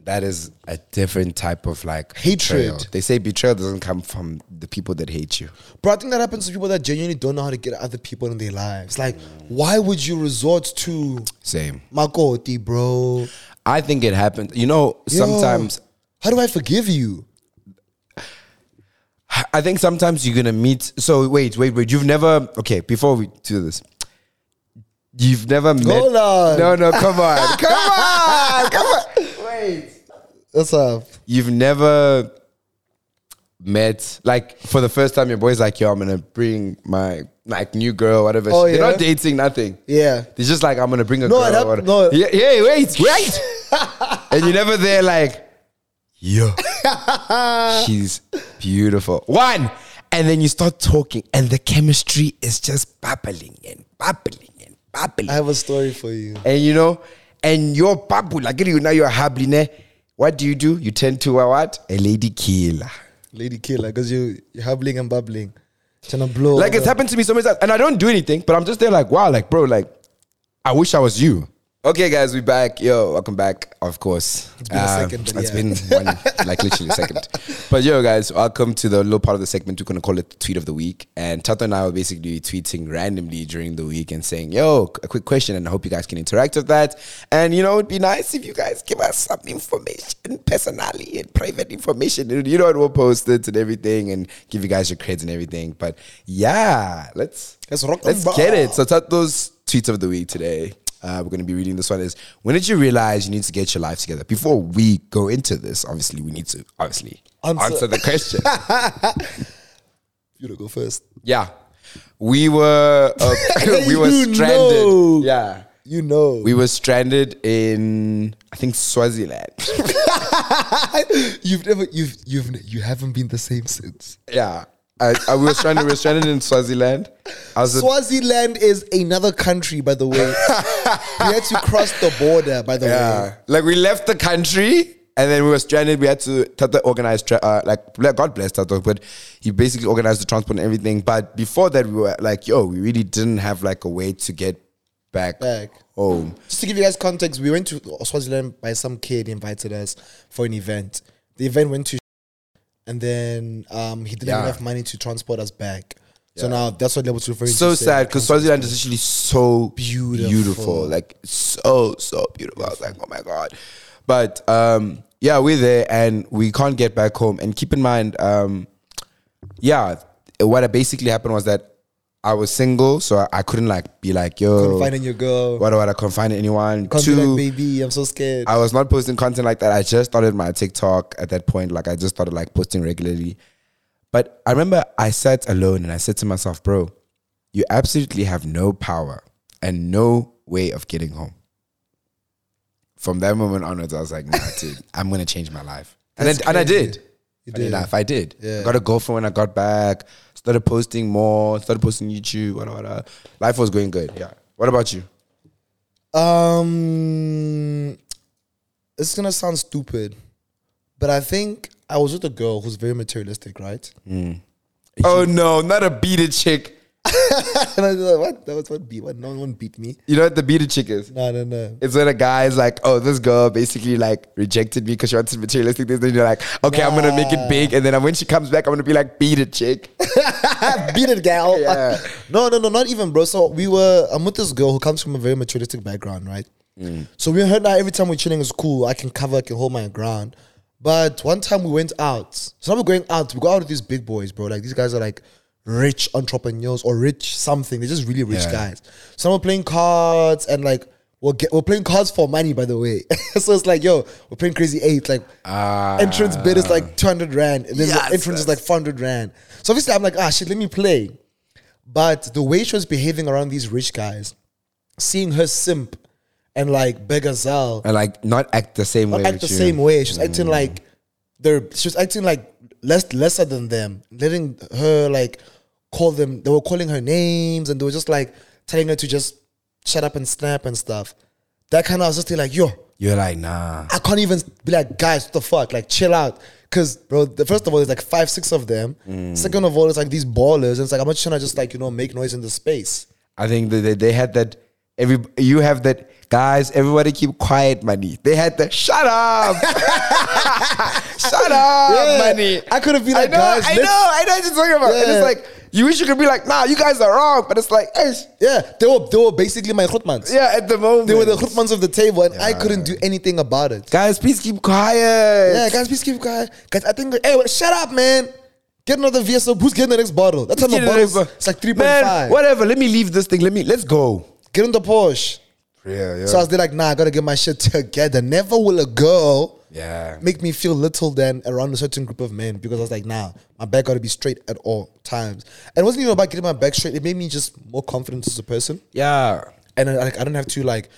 B: that is a different type of like
A: Hatred.
B: betrayal. They say betrayal doesn't come from the people that hate you.
A: Bro, I think that happens to people that genuinely don't know how to get other people in their lives. Like, why would you resort to
B: Same.
A: Makoti, bro?
B: I think it happens. You know,
A: Yo,
B: sometimes
A: How do I forgive you?
B: I think sometimes you're gonna meet. So wait, wait, wait. You've never okay. Before we do this, you've never met.
A: Hold on.
B: No, no. Come on. come on. Come on.
A: What's up?
B: You've never met like for the first time. Your boy's like, "Yo, I'm gonna bring my like new girl, whatever."
A: Oh,
B: They're
A: yeah?
B: not dating, nothing.
A: Yeah.
B: They're just like, "I'm gonna bring a
A: No,
B: girl."
A: it
B: or
A: hap-
B: whatever."
A: no.
B: Yeah, yeah. Wait, wait. and you're never there, like, yo. She's beautiful. One. And then you start talking, and the chemistry is just bubbling and bubbling and bubbling.
A: I have a story for you.
B: and you know, and your bubble, like you now you're hubbling. eh? What do you do? You turn to a what? A lady killer.
A: Lady killer, because you, you're hubbling and bubbling. Trying to blow.
B: Like it's happened to me so many times, and I don't do anything, but I'm just there like, wow, like bro, like I wish I was you. Okay, guys, we back. Yo, welcome back. Of course, it's
A: been a second, but
B: It's
A: yeah.
B: been one, like literally a second. But yo, guys, welcome to the little part of the segment we're gonna call it tweet of the week. And Tato and I were basically tweeting randomly during the week and saying, "Yo, a quick question," and I hope you guys can interact with that. And you know, it'd be nice if you guys give us some information, personally and private information. And, You know, and we'll post it and everything, and give you guys your creds and everything. But yeah, let's
A: Let's rock and
B: Let's
A: ball.
B: get it. So Tato's tweets of the week today. Uh, we're going to be reading this one is when did you realize you need to get your life together? Before we go into this, obviously we need to obviously
A: Answer.
B: answer, the question.
A: You to go first.
B: yeah, we were uh, we were
A: You
B: stranded.
A: know.
B: Yeah,
A: You know.
B: we were stranded in I think Swaziland.
A: you've never, you've, you've, you haven't been the same since.
B: yeah, I, I, we were stranded. We were stranded in Swaziland. I was a,
A: Swaziland is another country, by the way. you had to cross the border, by the way.
B: yeah, like we left the country. And then we were stranded. We had to Tata organized, tra- uh, like God bless Tata, but he basically organized the transport and everything. But before that, we were like, yo, we really didn't have like a way to get back,
A: Back.
B: home.
A: Just to give you guys context, we went to Swaziland by some kid invited us for an event. The event went to, and then um, he didn't have
B: Yeah.
A: enough money to transport us back. So now that's what Level's referring to.
B: So
A: saying
B: sad because Swaziland is actually so beautiful.
A: Beautiful.
B: like so so beautiful. I was like, oh my god, but um, yeah, we're there and we can't get back home. And keep in mind, um, yeah, what basically happened was that I was single, so I, I couldn't like be like, yo,
A: Couldn't find your girl.
B: what do I confine anyone?
A: Can't be
B: Two,
A: like, baby, I'm so scared.
B: I was not posting content like that. I just started my TikTok at that point. Like I just started like posting regularly. But I remember I sat alone and I said to myself, bro, you absolutely have no power and no way of getting home. From that moment onwards, I was like, nah, dude, I'm gonna change my life. And,
A: That's
B: I, and I
A: crazy.
B: did.
A: You
B: Funny
A: did.
B: enough, I did. I got a girlfriend when I got back, started posting more, started posting YouTube, whatever. whatever. Life was going good. Yeah. What about you?
A: Um, it's gonna sound stupid, but I think I was with a girl who's very materialistic, right?
B: Mm. Oh no, not a beaded chick.
A: and I was like, what? That was what beat? What? No one beat me.
B: You know what the beaded chick is?
A: No, no, no.
B: It's when a guy is like, oh, this girl basically like rejected me because she wanted materialistic things. Then you're like, okay, I'm gonna make it big. And then uh, when she comes back, I'm gonna be like, beat it, chick.
A: beat it, gal.
B: Yeah.
A: no, no, no, not even, bro. So we were. I'm with this girl who comes from a very materialistic background, right?
B: Mm.
A: So we heard that every time we're chilling is cool. I can cover, I can hold my ground. But one time we went out. So now we're going out. We go out with these big boys, bro. Like these guys are like rich entrepreneurs or rich something. They're just really rich
B: Yeah.
A: guys. So now we're playing cards and like we're, get, we're playing cards for money, by the way. so it's like, yo, we're playing crazy eight. Like
B: Ah.
A: entrance bid is like 200 rand. And then
B: Yes,
A: the entrance
B: yes.
A: is like 400 rand. So obviously I'm like, ah, shit, let me play. But the way she was behaving around these rich guys, seeing her simp and like Begazal
B: And like not act the same way.
A: act
B: with
A: the
B: you.
A: same way. She's acting
B: Mm.
A: like they're she was acting like less lesser than them, letting her like call them. They were calling her names and they were just like telling her to just shut up and snap and stuff. That kind of I was just like, yo,
B: You're like, nah.
A: I can't even be like, guys, what the fuck? Like, chill out. Cause bro, the first of all, there's like five, six of them.
B: Mm.
A: Second of all, it's like these ballers, and it's like I'm not trying to just like you know make noise in the space.
B: I think that they, they had that. Every you have that, guys. Everybody keep quiet, money. They had that. Shut up, shut up,
A: Yeah.
B: money.
A: I could have been
B: I
A: like,
B: know,
A: guys,
B: I know,
A: let's-
B: I know. What you're talking about. And
A: Yeah.
B: it's like you wish you could be like, nah, you guys are wrong. But it's like, eh,
A: Yeah, they were they were basically my khutmans.
B: yeah, at the moment
A: They were the khutmans of the table, and I couldn't do anything about it.
B: guys. Please keep quiet.
A: Yeah, guys, please keep quiet. Guys, I think, hey, well, shut up, man. Get another VSO. Who's getting the next bottle? That's how the
B: Get it
A: bottles.
B: over.
A: It's like 3.5.
B: Man, whatever. Let me leave this thing. Let me. Let's go.
A: Get in the Porsche.
B: Yeah, yeah.
A: So I was there like, nah, I gotta get my shit together. Never will a girl
B: yeah.
A: make me feel little than around a certain group of men because I was like, nah, my back gotta be straight at all times. And it wasn't even about getting my back straight. It made me just more confident as a person.
B: Yeah.
A: And I, like, I don't have to like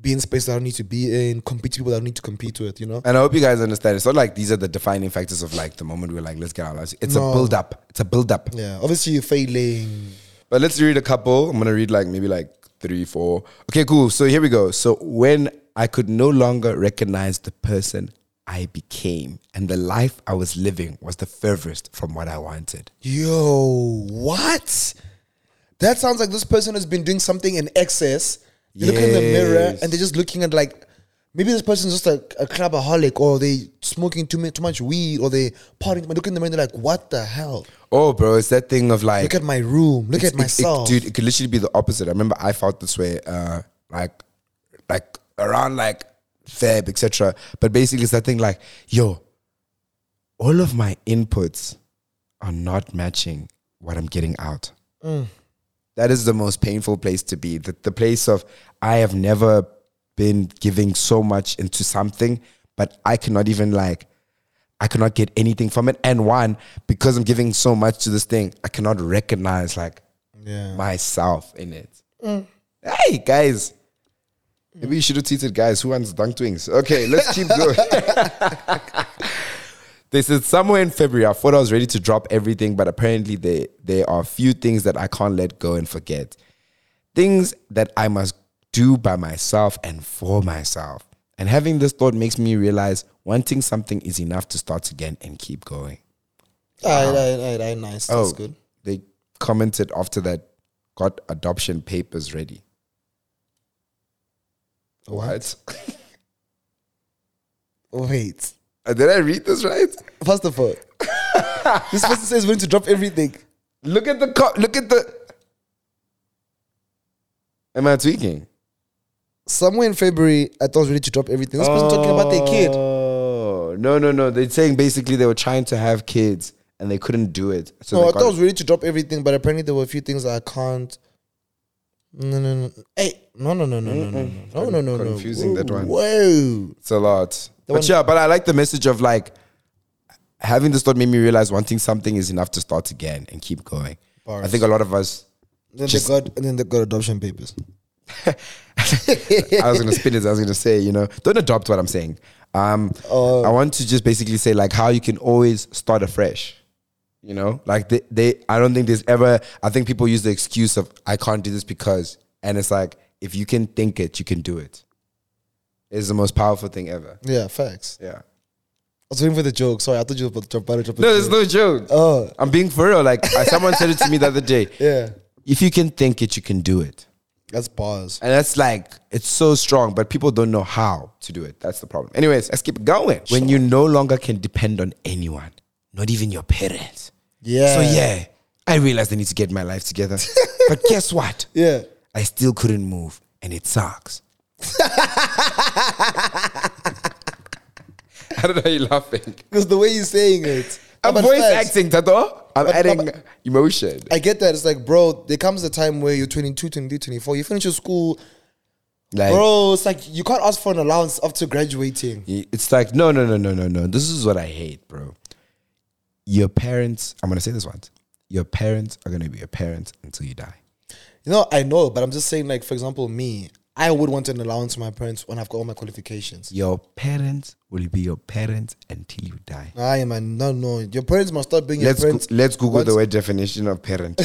A: be in space that I don't need to be in, compete with people that I don't need to compete with, you know?
B: And I hope you guys understand. It's not like these are the defining factors of like the moment we're like, let's get our lives. It's a
A: No.
B: build up. It's a build up.
A: Yeah, obviously you're failing.
B: But let's read a couple. I'm gonna read like maybe like three, four. Okay, cool. So here we go. So when I could no longer recognize the person I became, and the life I was living was the furthest from what I wanted.
A: Yo, what? That sounds like this person has been doing something in excess. They look in the mirror
B: Yes.
A: and they're just looking at like maybe this person's just like a clubaholic or they smoking too much too much weed or they partying. They look in the mirror and they're like, what the hell?
B: Oh, bro, it's that thing of like
A: Look at my room. Look at
B: It- it-
A: myself.
B: dude. It could literally be the opposite. I remember I felt this way, uh, like, like around like Feb, etc. But basically, it's that thing like, yo, all of my inputs are not matching what I'm getting out.
A: Mm.
B: That is the most painful place to be. The, the place of I have never been giving so much into something, but I cannot even like I cannot get anything from it. And one, because I'm giving so much to this thing, I cannot recognize like
A: yeah.
B: myself in it. Hey guys. Maybe you should have tweeted guys who wants dunk twins. Okay, let's keep going. they said somewhere in February I thought I was ready to drop everything, but apparently there there are a few things that I can't let go and forget. Things that I must do by myself and for myself. And having this thought makes me realize wanting something is enough to start again and keep going.
A: All right, all right, all right, all right, nice.
B: Oh.
A: That's good.
B: They commented after that, got adoption papers ready. What?
A: Wait.
B: Uh, Did I read this right?
A: First of all, this person says we're going to drop everything.
B: Look at the co- look at the. Am I tweaking?
A: Somewhere in February, I thought we need to drop everything. This person talking about their kid.
B: Oh no no no! They're saying basically they were trying to have kids and they couldn't do it. So
A: no,
B: they
A: Oh, I
B: got-
A: thought I was ready to drop everything, but apparently there were a few things that I can't. No, no, no. Hey, no, no, no, no, no, no, no, no, no, no.
B: Confusing,
A: Whoa,
B: that one.
A: Whoa.
B: It's a lot. But
A: one-
B: yeah, but I like the message of like having this thought made me realize wanting something is enough to start again and keep going. I
A: Bars.
B: think a lot of us
A: Then
B: Just-
A: they got and then they got adoption papers.
B: I was gonna spin it. I was gonna say, you know, don't adopt what I'm saying. Um,
A: Oh.
B: I want to just basically say like how you can always start afresh. You know, like they, they, I don't think there's ever. I think people use the excuse of I can't do this because, and it's like if you can think it, you can do it. It's the most powerful thing ever.
A: Yeah, facts. I
B: Yeah.
A: was waiting for the joke. Sorry, I thought you were about to drop, about to drop a
B: No, there's
A: joke.
B: no joke.
A: Oh,
B: I'm being for real. Like uh, someone said it to me the other day.
A: yeah.
B: If you can think it, you can do it.
A: That's bars.
B: And that's like, it's so strong, but people don't know how to do it. That's the problem. Anyways, let's keep it going. When you no longer can depend on anyone, not even your parents.
A: Yeah.
B: So, yeah, I realized I need to get my life together. but guess what?
A: Yeah.
B: I still couldn't move, and it sucks. I don't know how you're laughing.
A: Because the way you're saying it.
B: I'm
A: But
B: voice
A: facts.
B: acting, Tato. I'm
A: But-
B: adding
A: but-
B: emotion.
A: I get that. It's like, bro, there comes a time where you're 22, 23, 24. You finish your school,
B: Like,
A: bro. It's like you can't ask for an allowance after graduating.
B: It's like, no, no, no, no, no, no. This is what I hate, bro. Your parents, I'm going to say this once. Your parents are going to be your parents until you die.
A: You know, I know, but I'm just saying, like, for example, me, I would want an allowance from my parents when I've got all my qualifications.
B: Your parents will be your parents until you die.
A: I man, no, no. Your parents must start being your
B: Let's,
A: parents.
B: go, let's Google the
A: once-
B: word definition of parent.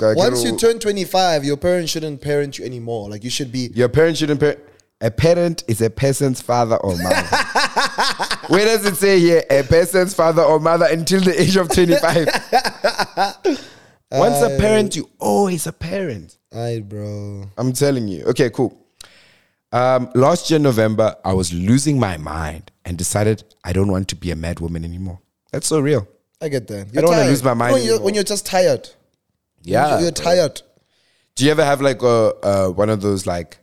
A: Once you turn 25, your parents shouldn't parent you anymore. Like, you should be.
B: Your parents shouldn't parent. A parent is a person's father or mother. Where does it say here? A person's father or mother until the age of 25. Once
A: Uh,
B: a parent, you always a parent.
A: Aye, bro.
B: I'm telling you. Okay, cool. Um, last year, November, I was losing my mind and decided I don't want to be a mad woman anymore. That's so real.
A: I get that.
B: don't wanna
A: tired.
B: lose my mind
A: When you're,
B: anymore.
A: when you're just tired.
B: Yeah.
A: You're tired.
B: Do you ever have like a uh, one of those like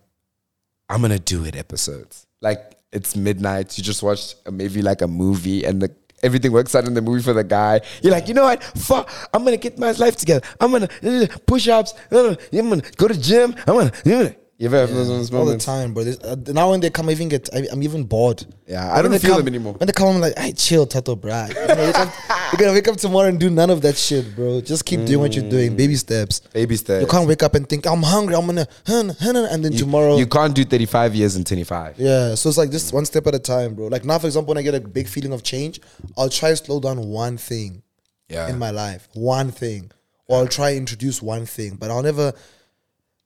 B: I'm gonna do it episodes? Like it's midnight, you just watched a, maybe like a movie and the everything works out in the movie for the guy. You're like, you know what? Fuck, I'm gonna get my life together. I'm gonna uh, push ups. I'm gonna go to gym. I'm gonna. You ever have those, those
A: All the
B: moments?
A: time, bro. There's- Uh, now when they come, I even get I, I'm even bored.
B: Yeah, I
A: When
B: don't
A: they
B: feel
A: come-
B: them anymore.
A: When they come, I'm like, I chill, Tato, bro. You're gonna, wake up, you're gonna wake up tomorrow and do none of that shit, bro. Just keep doing what you're doing, baby steps.
B: Mm. Baby steps.
A: You can't wake up and think I'm hungry. I'm gonna hun, hun, hun," and then tomorrow.
B: you can't do 35 years in 25.
A: yeah, so it's like just one step at a time, bro. Like now, for example, when I get a big feeling of change, I'll try to slow down one thing
B: Yeah.
A: in my life, one thing, or I'll try introduce one thing, but I'll never.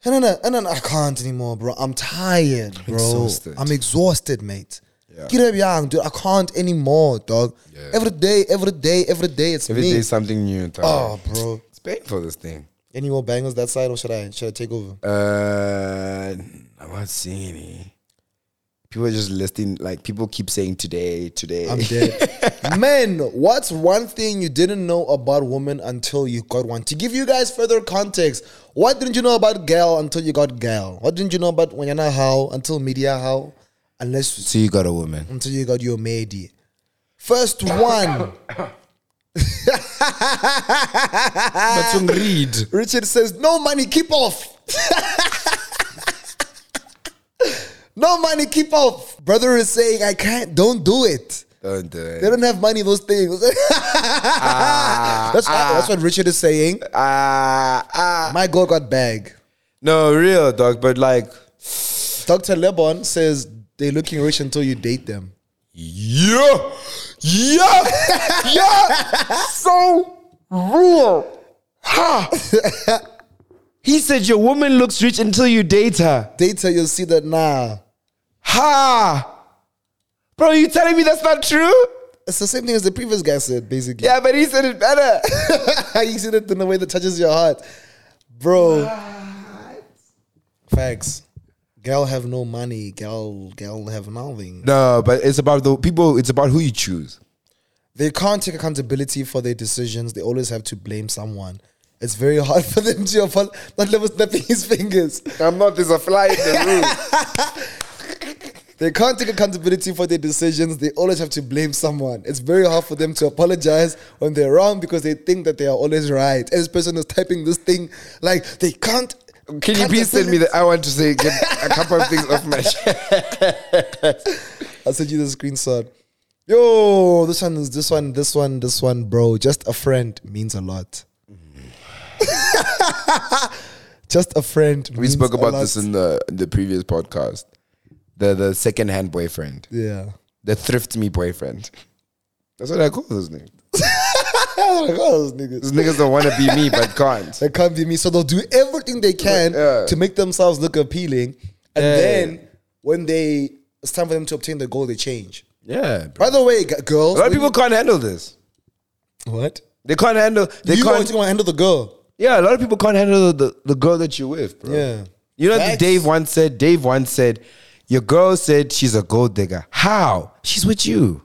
A: And then, and then I can't anymore, bro. I'm tired, bro.
B: Exhausted.
A: I'm exhausted, mate. Get up young, dude. I can't anymore, dog.
B: Yeah.
A: Every day, every day, every day, it's
B: Every
A: me.
B: day is something new. Tyler.
A: oh, bro.
B: It's painful, this thing.
A: Any more bangers that side, or should I should I take over?
B: Uh, I'm not seeing any. People are just listing, like, people keep saying today, today.
A: I'm dead. Men, what's one thing you didn't know about women until you got one? To give you guys further context, what didn't you know about girl until you got girl? What didn't you know about when you're not how until media how? Unless
B: so you got a woman.
A: until you got your matey. First one.
B: But some read.
A: Richard says, no money, keep off. no money, keep off. Brother is saying, I can't, don't do it.
B: Don't do
A: They
B: it.
A: don't have money, those things. that's, what, that's what Richard is saying.
B: Ah, ah.
A: My girl got bag.
B: No, real, dog, but like,
A: Dr. Lebon says they're looking rich until you date them.
B: yeah, yeah, yeah. So real. Ha. he said, Your woman looks rich until you date her.
A: Date her, you'll see that nah.
B: Ha! Bro, you telling me that's not true?
A: It's the same thing as the previous guy said, basically.
B: Yeah, but he said it better.
A: you see that in a way that touches your heart. Bro. Facts. Girl have no money. Girl, girl have nothing.
B: no, but it's about the people, it's about who you choose.
A: They can't take accountability for their decisions. They always have to blame someone. It's very hard for them to apologize. Not level snapping his fingers.
B: I'm not, there's a fly in the room.
A: They can't take accountability for their decisions. They always have to blame someone. It's very hard for them to apologize when they're wrong because they think that they are always right. And this person is typing this thing like they can't.
B: Can you
A: can't
B: please send me
A: apologize.
B: that? I want to say get a couple of things off my chest.
A: I'll send you the screenshot. Yo, this one is this one, this one, this one, bro. Just a friend means a lot. Just a friend.
B: We spoke about this in the in the previous podcast. The the second hand boyfriend.
A: yeah.
B: The thrift me boyfriend. That's what I call those niggas.
A: Oh my God, those niggas.
B: Those niggas don't want to be me but can't.
A: They can't be me. So they'll do everything they can
B: Yeah.
A: to make themselves look appealing. And
B: Yeah.
A: then when they it's time for them to obtain the goal, they change.
B: Yeah. Bro.
A: By the way, g- girls,
B: A lot
A: when
B: of people can't handle this.
A: you- what?
B: They can't handle they
A: you
B: can't
A: always gonna handle the girl.
B: Yeah, a lot of people can't handle the, the girl that you're with, bro.
A: Yeah.
B: You know what
A: Facts.
B: Dave once said? Dave once said, Your girl said she's a gold digger. How? She's with you.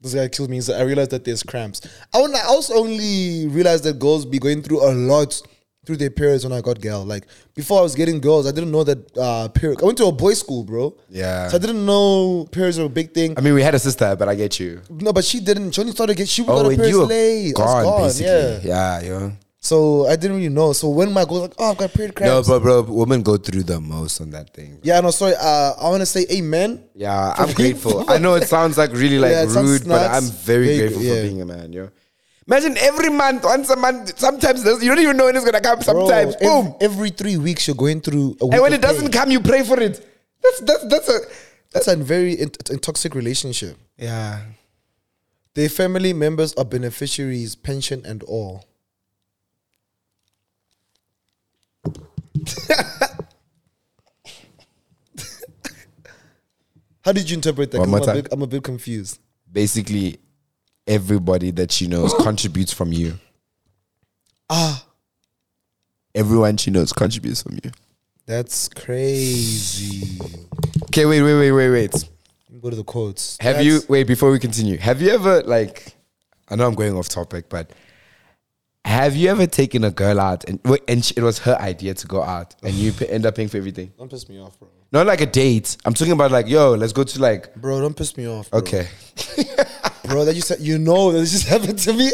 A: This guy killed me. So I realized that there's cramps. I wanna, I also only realized that girls be going through a lot through the periods when I got girl. Like before I was getting girls, I didn't know that uh period. I went to a boys' school, bro.
B: Yeah.
A: So I didn't know periods were a big thing.
B: I mean, we had a sister, but I get you.
A: no, but she didn't. She only started get she got
B: Oh,
A: her
B: and you
A: periods
B: were
A: late. I
B: gone,
A: was gone, yeah.
B: basically. Yeah, yeah.
A: So I didn't really know. So when my girls like, oh, I've got period
B: No,
A: cramps.
B: but bro, women go through the most on that thing.
A: yeah, no, sorry. Uh, I want to say amen.
B: Yeah,
A: For
B: I'm
A: being-
B: grateful. I know it sounds like really like
A: Yeah, it sounds
B: rude, but
A: nuts.
B: I'm very
A: Very-
B: grateful
A: yeah.
B: for being a man. Yo, imagine every month, once a month. Sometimes there's- you don't even know when it's gonna come.
A: Bro,
B: Sometimes,
A: ev-
B: boom,
A: Every three weeks you're going through. A week
B: and when
A: of
B: it
A: pain.
B: doesn't come, you pray for it. That's that's that's a
A: that's a very in- it's a toxic relationship.
B: yeah.
A: Their family members are beneficiaries, pension and all. How did you interpret that?
B: One
A: 'Cause
B: more
A: I'm,
B: time.
A: A bit, I'm a bit confused.
B: Basically, everybody that she knows contributes from you.
A: Ah,
B: Everyone she knows contributes from you.
A: that's crazy.
B: Okay, wait, wait, wait, wait, wait.
A: Go to the quotes.
B: Have
A: That's-
B: you wait before we continue? Have you ever like? I know I'm going off topic, but have you ever taken a girl out and wait, and she, it was her idea to go out and you p- end up paying for everything?
A: Don't piss me off, bro.
B: Not like a date. I'm talking about like yo, let's go to like
A: Bro, don't piss me off. Bro.
B: okay.
A: bro. That you said, you know, that just happened to me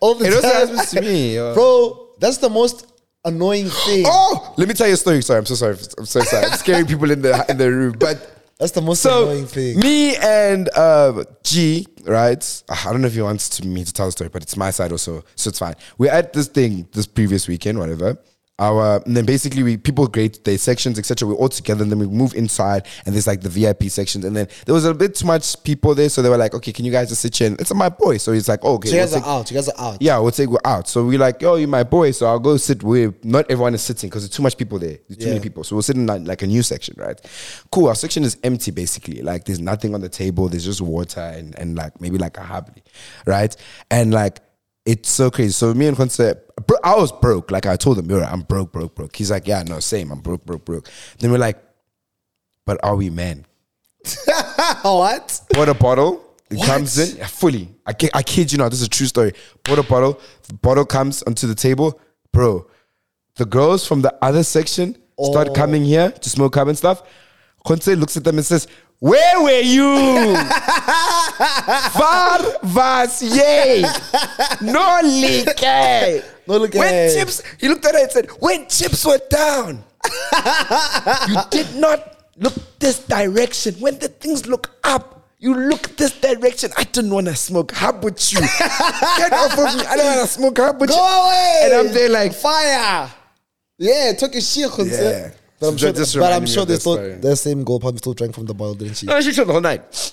A: all the
B: It
A: time.
B: also happens to me, yo.
A: bro. That's the most annoying thing.
B: Oh, let me tell you a story. Sorry, I'm so sorry. I'm so sorry. I'm scaring people in the in the room, but.
A: That's the most
B: So
A: annoying thing.
B: me and uh, G, right? Ah, I don't know if he wants to, me to tell the story, but it's my side also, so it's fine. We're at this thing this previous weekend, whatever. Our and then basically we people grade their sections, etc. We're all together, and then we move inside, and there's like the VIP sections, and then there was a bit too much people there, so they were like, "Okay, can you guys just sit here?" And it's my boy, so he's like, oh, "Okay,
A: So you
B: we'll
A: guys
B: take-
A: are out. You guys are out.
B: yeah, we'll take you out. So we like, yo, you my boy. So I'll go sit where not everyone is sitting because there's too much people there. There's too
A: Yeah.
B: many people. So we'll sit in like, like a new section, right? Cool. Our section is empty basically. Like there's nothing on the table. There's just water and, and like maybe like a hubby, right? And like it's so crazy. So me and Conce, bro, I was broke. Like I told him, yo, I'm broke, broke, broke. He's like, yeah, no, same. I'm broke, broke, broke. Then we're like, but are we men?
A: what?
B: bought a bottle. It comes in fully. I, ki- I kid you not. This is a true story. Bought a bottle. The bottle comes onto the table, bro. The girls from the other section
A: Oh.
B: start coming here to smoke up and stuff. Conte looks at them and says, "Where were you? Var vas yay? No like.
A: No like,
B: When
A: eh.
B: chips, he looked at her and said, "When chips were down, you did not look this direction. When the things look up, you look this direction. I didn't want to smoke. How about you? Get off of me. I don't want to smoke. How about
A: Go
B: you?
A: away.
B: And I'm there like,
A: fire. Yeah, talk your shit, Khonse.
B: Yeah.
A: But I'm
B: Just-
A: sure,
B: just
A: but
B: reminding
A: I'm
B: me
A: sure
B: of
A: they
B: that
A: thought
B: story.
A: the same girl probably still drank from the bottle, didn't she?
B: no, she chilled the whole night.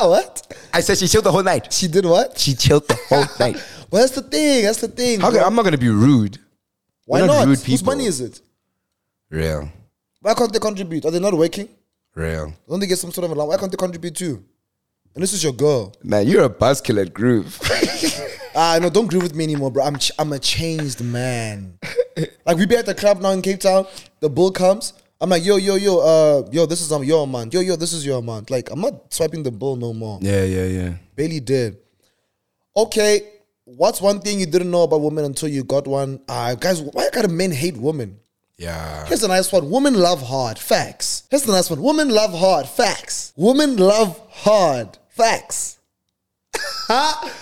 A: what?
B: I said she chilled the whole night.
A: She did what?
B: She chilled the whole night.
A: Well, that's the thing. That's the thing.
B: Okay,
A: bro.
B: I'm not gonna be rude.
A: Why
B: we're not
A: not?
B: rude
A: Whose
B: people.
A: money is it?
B: Real,
A: Why can't they contribute? Are they not working?
B: real.
A: Don't they get some sort of allowance? Why can't they contribute too? And this is your girl.
B: Man, you're a buzzkill at Groove.
A: Ah, no, don't grieve with me anymore, bro. I'm ch- I'm a changed man. like we be at the club now in Cape Town. The bull comes. I'm like, yo, yo, yo, uh, yo, this is um, your month. Yo, yo, this is your month. Like, I'm not swiping the bull no more.
B: yeah, yeah, yeah.
A: Bailey did. Okay, what's one thing you didn't know about women until you got one? Ah, guys, why gotta men hate women?
B: Yeah.
A: Here's a nice one. Women love hard. Facts. Here's the nice one. Women love hard. Facts. Women love hard. Facts. I,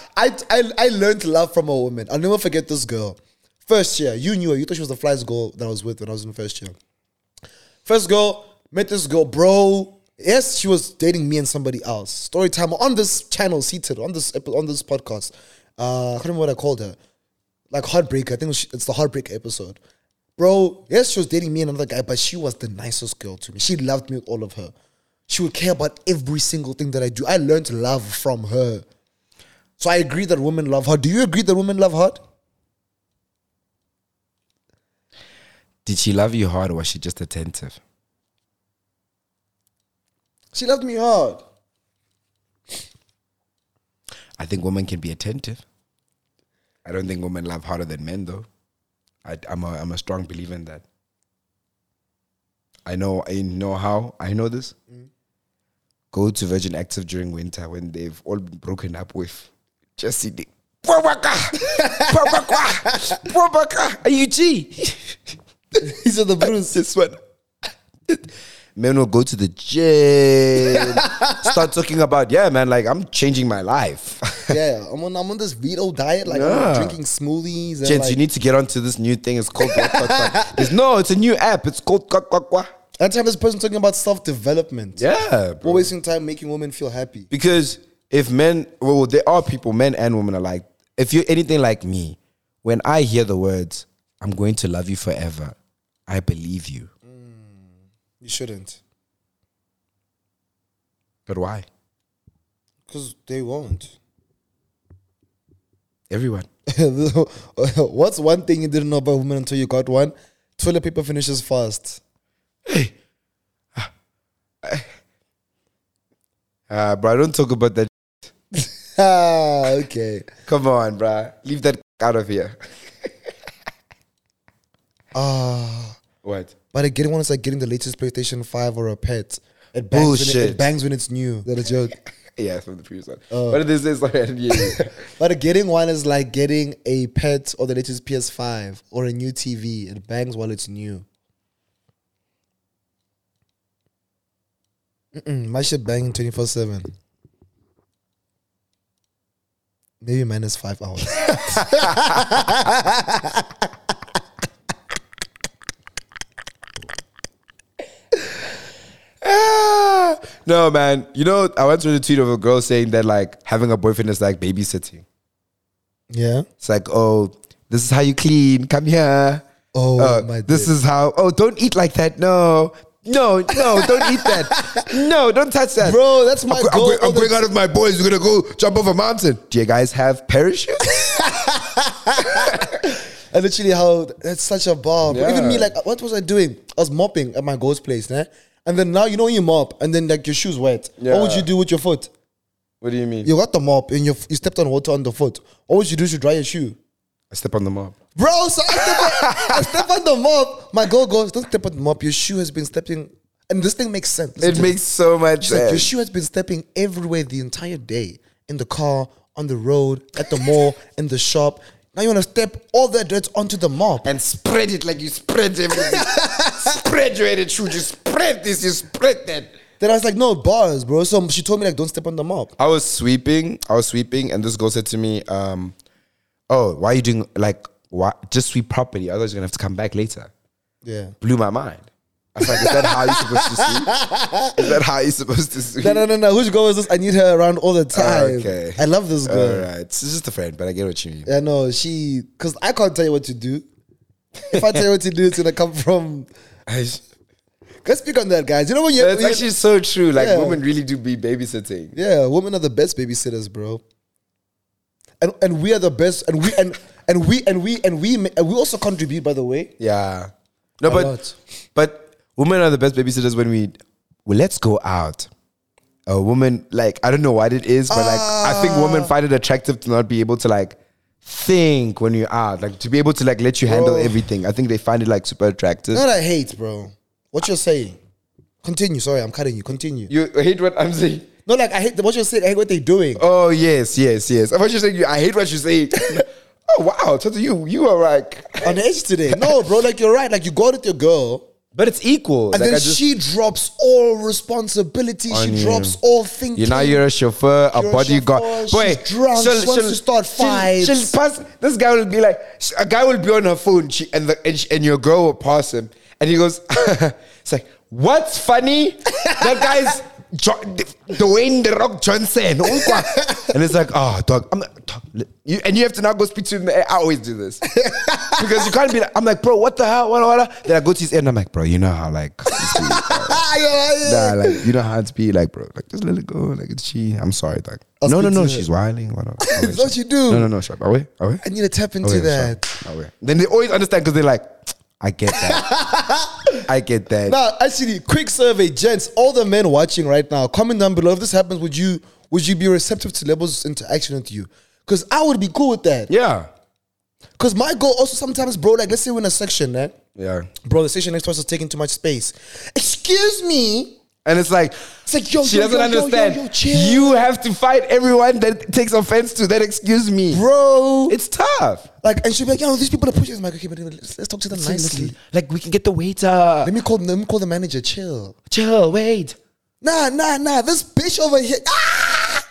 A: I, I learned to love from a woman. I'll never forget this girl. First year, you knew her. You thought she was the flyest girl that I was with when I was in first year. First girl, met this girl, bro. Yes, she was dating me and somebody else. Story time on this channel, seated on this epi- on this podcast. Uh, I can't remember what I called her. Like heartbreak. I think it was- it's the heartbreak episode, bro. Yes, she was dating me and another guy, but she was the nicest girl to me. She loved me with all of her. She would care about every single thing that I do. I learned love from her. So I agree that women love hard. Do you agree that women love hard?
B: Did she love you hard or was she just attentive?
A: She loved me hard.
B: I think women can be attentive. I don't think women love harder than men, though. I, I'm, a, I'm a strong believer in that. I know, I know how. I know this. Go to Virgin Active during winter when they've all been broken up with. Just see the Are you G?
A: These are the blues.
B: This one. Men will go to the gym, start talking about, yeah, man, like I'm changing my life.
A: yeah, I'm on I'm on this veto diet, like
B: Yeah.
A: I'm drinking smoothies. And
B: Gents,
A: like,
B: you need to get onto this new thing. It's called Quack, Quack, Quack. It's- no, it's a new app. It's called Quack, Quack, Quack.
A: that time this person talking about self development.
B: Yeah, bro.
A: We're wasting time making women feel happy.
B: Because if men, well, there are people, men and women alike. If you're anything like me, when I hear the words, I'm going to love you forever, I believe you.
A: You shouldn't.
B: But why?
A: Because they won't.
B: Everyone.
A: What's one thing you didn't know about women until you got one? Toilet paper finishes fast.
B: Uh, bro, don't talk about that.
A: Ah, okay.
B: Come on, bro. Leave that out of here.
A: Ah.
B: What?
A: But again, when it's like getting the latest PlayStation 5 or a pet, it bangs, When, it,
B: Bullshit.
A: it bangs when it's new. Is that a joke?
B: Yeah, from the previous one. what did they say? Sorry, I didn't hear you.
A: but getting one is like getting a pet or the latest PS5 or a new TV. It bangs while it's new. Mm-mm, my shit banging 24 7. Maybe minus five hours.
B: Ah, no, man. You know, I once read a tweet of a girl saying that like having a boyfriend is like babysitting.
A: yeah.
B: It's like, oh, this is how you clean. Come here.
A: Oh,
B: Uh,
A: my
B: this is how. Oh, don't eat like that. No, no, no, don't eat that. No, don't touch that,
A: Bro, that's my
B: I'm, go- I'm
A: goal.
B: go- I'm
A: all the
B: going out of my boys. We're gonna go jump off a mountain. Do you guys have parachutes?
A: And literally how that's such a bomb.
B: Yeah.
A: Even me, like, what was I doing? I was mopping at my girl's place, né? And then now you know when you mop, and then like your shoes wet. What would
B: Yeah.
A: you do with your foot?
B: what do you mean?
A: You got the mop and you you stepped on water on the foot. What would you do to dry your shoe?
B: I step on the mob.
A: Bro, so I step, on, I step on the mop. My girl goes, don't step on the mop. Your shoe has been stepping. And this thing makes sense. Listen
B: It
A: to
B: makes so much
A: She's like, your
B: sense.
A: shoe has been stepping everywhere the entire day in the car, on the road, at the mall, in the shop. Now you want to step all that dirt onto the mop.
B: and spread it like you spread everything. spread your edit shoe. You spread this. You spread that.
A: Then I was like, no, bars, bro. So she told me, like, don't step on the mop.
B: I was sweeping. I was sweeping, and this girl said to me, um, "Oh, why are you doing like why just sweep properly? Otherwise, you're gonna have to come back later."
A: Yeah.
B: Blew my mind. I was like, "Is that how you're supposed to sweep? Is that how you're supposed to sweep?"
A: No, no, no, no. Which girl is this? I need her around all the time.
B: Ah, okay.
A: I love this
B: All
A: girl.
B: right, it's just a friend, but I get what you mean.
A: Yeah, no, she, because I can't tell you what to do. If I tell you what to do, it's going to come from. Let's speak on that, guys. You know when you're.
B: That's
A: when you-
B: actually so true. Like
A: Yeah.
B: women really do be babysitting.
A: yeah, women are the best babysitters, bro. And and we are the best. And we, and, and we, and we, and we, ma- and we also contribute, by the way.
B: Yeah. No,
A: A
B: but
A: lot.
B: but women are the best babysitters when we well, let's go out. A woman like I don't know what it is, but like I think women find it attractive to not be able to like think when you're out, like to be able to like let you handle
A: Bro.
B: everything. I think they find it like super attractive.
A: Not I hate, bro. What you're saying. Continue. Sorry, I'm cutting you. Continue.
B: You hate what I'm saying?
A: No, like I hate what you're saying. I hate what they're doing.
B: Oh yes, yes, yes. I thought you saying you, I hate what you say. oh wow, Tata, you you are like.
A: on edge today. No, bro, like you're right. Like you go with your girl,
B: But it's equal.
A: and
B: Like,
A: then
B: I just-
A: she drops all responsibility. She
B: On you.
A: drops all thinking.
B: You know, you're a chauffeur, a
A: You're a
B: bodyguard.
A: chauffeur,
B: Boy,
A: she's drunk, she wants to start
B: she'll- She'll,
A: fights.
B: pass. This guy will be like, a guy will be on her phone, she, and the, and, she, and your girl will pass him, and he goes, it's like, what's funny? That guy's jo- Dwayne the Rock Johnson, Unkwa." and it's like, oh, dog, I'm like, dog, li- you, and you have to now go speak to him. I always do this because you can't be. like, I'm like, bro, what the hell? What, what, what? Then I go to his end. I'm like, bro, you know how like. these people- nah, like you know how to be like, bro, like just let it go. Like it's she. I'm sorry, like
A: I'll
B: no, no,
A: speak
B: no.
A: to her.
B: She's whining. What up? Oh, wait,
A: Don't
B: shut-
A: you do.
B: No, no, no. Shut up. Away, away.
A: I need to tap into
B: Away,
A: that.
B: shut up. Away. Then they always understand because they're like, I get that. I get that.
A: Now, actually, quick survey, gents. All the men watching right now, comment down below if this happens. Would you would you be receptive to levels interaction with you? Because I would be cool with that.
B: Yeah,
A: Because my goal also sometimes, bro. Like, let's say we're in a section, eh?
B: yeah.
A: bro, the station next to us is taking too much space. Excuse me,
B: And it's like,
A: It's like, yo,
B: she
A: yo,
B: doesn't
A: yo, yo, yo,
B: understand.
A: yo, chill.
B: you have to fight everyone that takes offense to that. Excuse me,
A: bro.
B: It's tough.
A: like, and she'll be like, yo, these people are pushing. I'm like, okay, but let's, let's talk to them nicely.
B: Like we can get the waiter.
A: Let me call. Let me call the manager. Chill.
B: Chill, wait.
A: Nah, nah, nah. This bitch over here. Ah!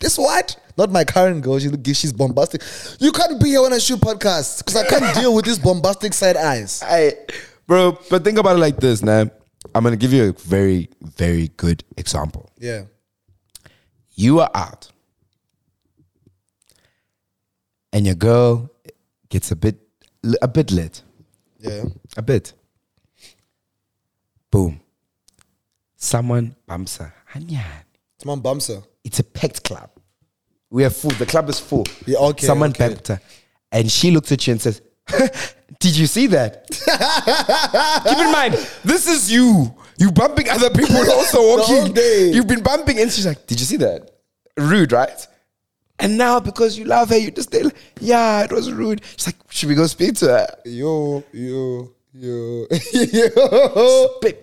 A: This what? Not my current girl. She look, she's bombastic. You can't be here when I shoot podcasts because I can't deal with these bombastic side eyes.
B: I, bro. But think about it like this, man. I'm gonna give you a very, very good example.
A: Yeah.
B: You are out, and your girl gets a bit, a bit lit,
A: Yeah.
B: a bit. Boom. Someone bumps her. Hanyan.
A: It's my bumps her.
B: it's a packed club. We are full. The club is full.
A: Yeah, okay,
B: Someone
A: okay.
B: backed her. And she looked at you and says, Did you see that? Keep in mind, this is you. You bumping other people also
A: whole
B: walking.
A: day.
B: You've been bumping. And she's like, Did you see that? Rude, right? And now because you love her, you just tell, Yeah, it was rude. She's like, Should we go speak to her?
A: Yo, yo, yo, yo.
B: Babe,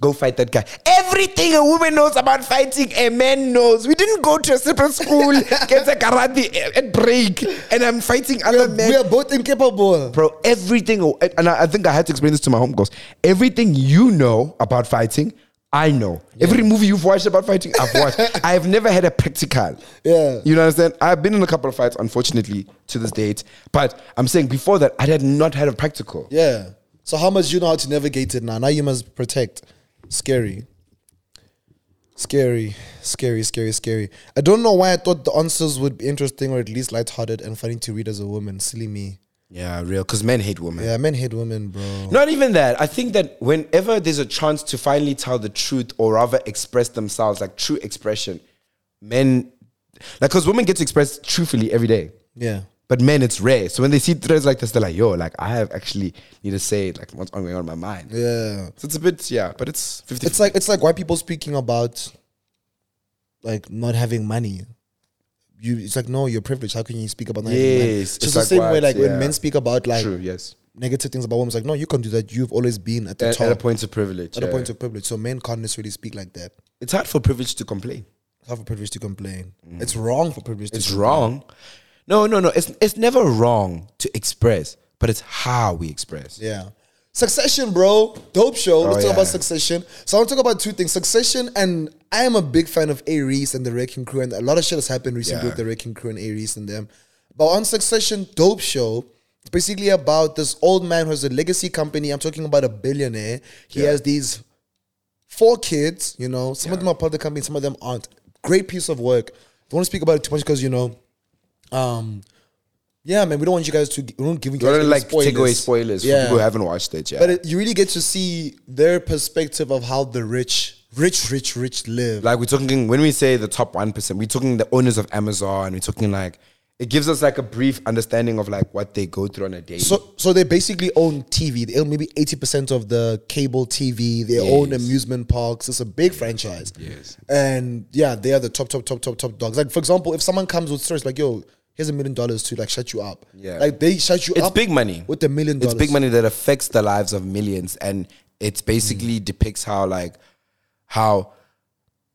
B: Go fight that guy. Everything a woman knows about fighting, a man knows. We didn't go to a separate school, get a karate at break, and I'm fighting other
A: We
B: men.
A: are both incapable.
B: Bro, everything, and I I think I had to explain this to my homegirls. Everything you know about fighting, I know. Every movie you've watched about fighting, I've watched. I've never had a practical.
A: Yeah.
B: You know what I'm saying? I've been in a couple of fights, unfortunately, to this date. But I'm saying before that, I had not had a practical.
A: Yeah. So how much you know how to navigate it now? Now you must protect. Scary. Scary, scary, scary, scary. I don't know why I thought the answers would be interesting or at least lighthearted and funny to read as a woman. Silly me.
B: Yeah, real. Because men hate women.
A: Yeah, men hate women, bro.
B: Not even that. I think that whenever there's a chance to finally tell the truth or rather express themselves, like true expression, men, like, because women get to express truthfully every day,
A: Yeah.
B: but men, it's rare. So when they see threads like this, they're like, yo, like, I have actually need to say, like, what's going on in my mind.
A: Yeah.
B: So it's a bit, yeah, but it's 50.
A: It's like it's like white people speaking about like not having money. You it's like no, you're privileged. How can you speak about not having money?
B: Yes,
A: It's just
B: it's
A: the
B: like
A: same way
B: what,
A: like when
B: yeah.
A: men speak about like
B: true, yes.
A: negative things about women, it's like, no, you can't do that. You've always been at the
B: At,
A: top.
B: at a point of privilege.
A: at a
B: yeah.
A: point of privilege. So men can't necessarily speak like that.
B: it's hard for privilege to complain.
A: It's hard for privilege to complain. It's wrong for privilege to
B: It's
A: complain.
B: wrong. No, no, no. It's, it's never wrong to express, but it's how we express.
A: Yeah. Succession, bro. Dope show. Let's talk
B: Oh, yeah.
A: about Succession. So I want to talk about two things. Succession and I am a big fan of A Reese and the Wrecking Crew and a lot of shit has happened recently
B: Yeah.
A: with the Wrecking Crew and A Reese and them. But on Succession, Dope Show, it's basically about this old man who has a legacy company. I'm talking about a billionaire. He has these four kids, you know, some of them are part of the company, some of them aren't. Great piece of work. Don't want to speak about it too much because you know, um, yeah, man, we don't want you guys to we don't give you
B: You
A: guys
B: don't
A: any
B: like take away
A: spoilers.
B: spoilers for
A: Yeah.
B: people who haven't watched it yet.
A: But it, you really get to see their perspective of how the rich, rich, rich, rich live.
B: like we're talking when we say the top one percent, we're talking the owners of Amazon. We're talking like it gives us like a brief understanding of like what they go through on a day.
A: so, so they basically own TV. They own maybe eighty percent of the cable TV. They own
B: Yes.
A: amusement parks. It's a big franchise. Yes, and yeah, they are the top, top, top, top, top dogs. Like for example, if someone comes with stories like, "Yo, here's a million dollars to like shut you up,"
B: Yeah.
A: like they shut you
B: it's
A: up.
B: big money.
A: with the million
B: It's
A: dollars.
B: big money that affects the lives of millions, and it basically depicts how like how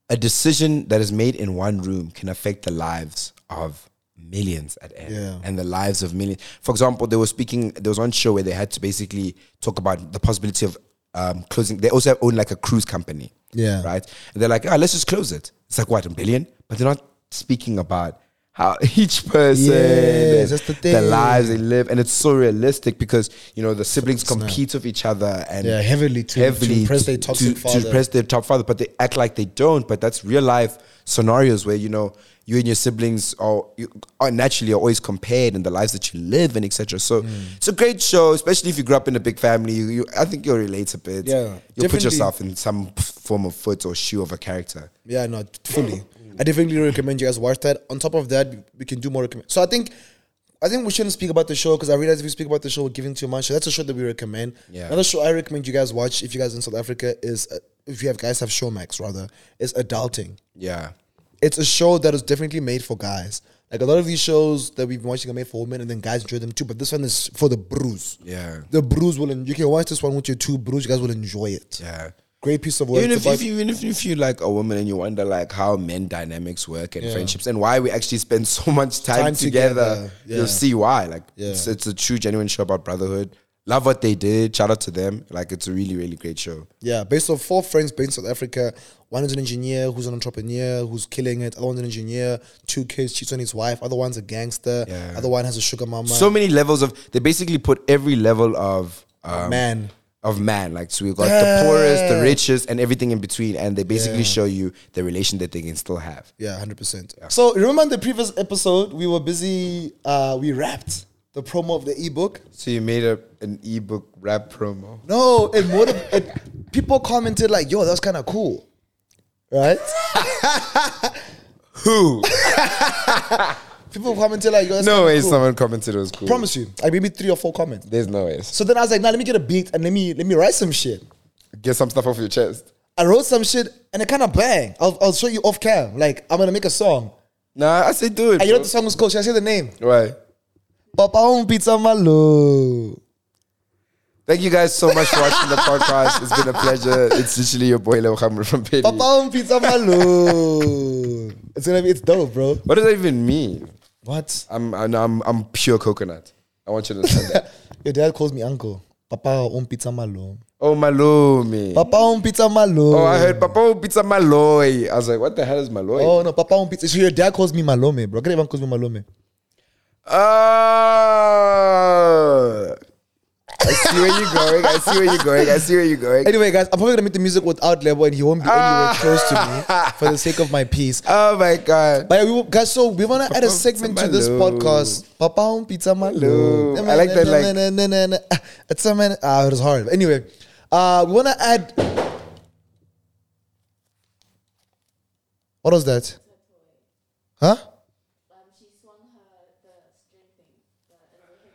B: a decision that is made in one room can affect the lives of millions at end
A: Yeah.
B: and the lives of millions. For example, they were speaking. There was one show where they had to basically talk about the possibility of um, closing. They also own like a cruise company.
A: Yeah.
B: Right. And they're like, ah, let's just close it. It's like what a billion, but they're not speaking about how each person,
A: Yes, that's the
B: the
A: thing.
B: lives they live, and it's so realistic because you know the siblings compete with each other and
A: Yeah, heavily to- to impress their toxic
B: to,
A: father.
B: to impress their top father, but they act like they don't. But that's real life scenarios where you know you and your siblings are, you are naturally are always compared in the lives that you live and etc. So
A: Hmm.
B: it's a great show, especially if you grew up in a big family. You, you I think you'll relate a bit.
A: Yeah,
B: you'll put
A: definitely.
B: yourself in some form of foot or shoe of a character.
A: Yeah, no, fully. I definitely recommend you guys watch that. On top of that, we can do more recommend. So I think, I think we shouldn't speak about the show because I realize if we speak about the show, we're giving too much. So that's a show that we recommend.
B: Yeah.
A: Another show I recommend you guys watch if you guys in South Africa is uh, if you have guys have Showmax rather is Adulting.
B: Yeah,
A: It's a show that is definitely made for guys. Like a lot of these shows that we've been watching are made for women, and then guys enjoy them too. But this one is for the brews.
B: yeah,
A: The brews will. en- You can watch this one with your two brews. You guys will enjoy it.
B: yeah.
A: Great piece of work.
B: Even
A: It's
B: if,
A: about-
B: if you, even if, if you like a woman and you wonder like how men dynamics work and
A: Yeah.
B: friendships and why we actually spend so much time,
A: Time
B: together,
A: together, yeah.
B: you'll see why. Like
A: Yeah.
B: it's, it's a true genuine show about brotherhood. Love what they did. Shout out to them. Like it's a really really great show.
A: Yeah, based on four friends based in South Africa. One is an engineer who's an entrepreneur who's killing it. Other one's an engineer. Two kids cheats on his wife. Other one's a gangster.
B: Yeah.
A: Other one has a sugar mama.
B: So many levels of they basically put every level of um,
A: man,
B: of man. Like so we've got the poorest, the richest, and everything in between. And they basically show you the relation that they can still have.
A: yeah, hundred percent. So remember in the previous episode we were busy. Uh, we wrapped the promo of the ebook.
B: So you made a, an ebook rap promo.
A: No, it motiv- it People commented like, "Yo, that was kind of cool," right?
B: Who?
A: People commented like, "Yo, that's
B: No
A: kinda
B: way.
A: cool."
B: Someone commented it was cool.
A: Promise you, like maybe three or four comments.
B: There's no way.
A: So then I was like, "Nah, let me get a beat and let me let me write some shit."
B: Get some stuff off your chest.
A: I wrote some shit and it kind of bang. I'll, I'll show you off cam. Like, I'm gonna make a song.
B: Nah, I say do it.
A: And you know
B: bro.
A: what the song was called? Should I say the name?
B: Why?
A: Papa Home Pizza Malo.
B: Thank you guys so much for watching the podcast. It's been a pleasure. It's literally your boy Leo Hammer from Petty.
A: Papa Home Pizza Malo. it's gonna be, it's dope, bro.
B: What does that even mean?
A: What?
B: I'm I'm I'm, I'm pure coconut. I want you to understand that.
A: Your dad calls me uncle. Papa Home Pizza Malo.
B: oh Malome.
A: Papa Home Pizza Malo.
B: Oh, I heard Papa will pizza Malloy. I was like, what the hell is Malloy?
A: Oh no, Papa Home Pizza. So your dad calls me Malome, bro. Can everyone calls me Malome?
B: Ah. I see where you're going. I see where you're going. I see where you're going.
A: Anyway, guys, I'm probably gonna make the music without Lebo and he won't be
B: Ah.
A: anywhere close to me for the sake of my peace.
B: Oh my god.
A: But yeah, we, guys, so we want to add a
B: Papa
A: segment to
B: Pizza
A: this
B: Malo.
A: podcast. Papa on pizza malo.
B: Malo. I like that, like-
A: like. It's a man. Ah, it was hard. Anyway, uh, we want to add. What was that? Huh?
C: um, she swung her the string thing, the, and it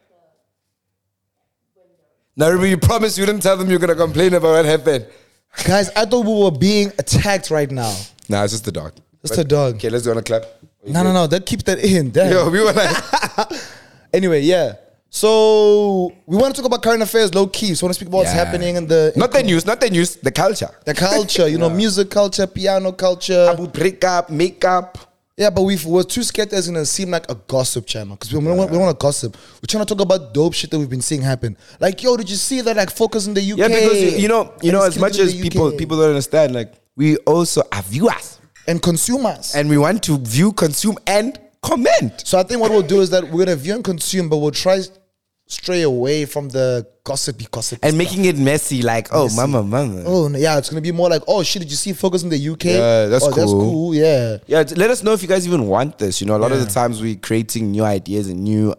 C: hit the window.
B: Now, Ruby, you promised you didn't tell them you're gonna complain about what happened.
A: Guys, I thought we were being attacked right now.
B: Nah, it's just the dog.
A: It's
B: But-
A: the dog.
B: Okay, let's do on a clap.
A: No, no, no. That keep that in. Damn.
B: Yo, we were like,
A: Anyway, yeah. So we want to talk about current affairs, low key. So we want to speak about what's
B: Yeah.
A: happening in the
B: not the news, not the news, the culture.
A: the culture. You know, music culture, piano culture.
B: Abu breakup, makeup.
A: Yeah, but we've, we're too scared that it's gonna seem like a gossip channel because we, don't want- we don't want to gossip. We're trying to talk about dope shit that we've been seeing happen. Like, yo, did you see that? Like, focus in the UK.
B: Yeah, because you, you know, you
A: And
B: know,
A: it's
B: as much
A: killing
B: as
A: the
B: people
A: UK.
B: people don't understand, like we also are viewers,
A: and consumers.
B: and we want to view, consume, and comment.
A: so I think what we'll do is that we're gonna view and consume, but we'll try s- stray away from the gossipy gossip.
B: And making it messy, like, oh, mama, mama.
A: oh no, yeah, it's gonna be more like, oh shit, did you see focus in the UK?
B: Yeah, that's
A: oh, That's
B: cool.
A: cool. Yeah.
B: Yeah, t- let us know if you guys even want this. You know, a lot of the times we're creating new ideas and new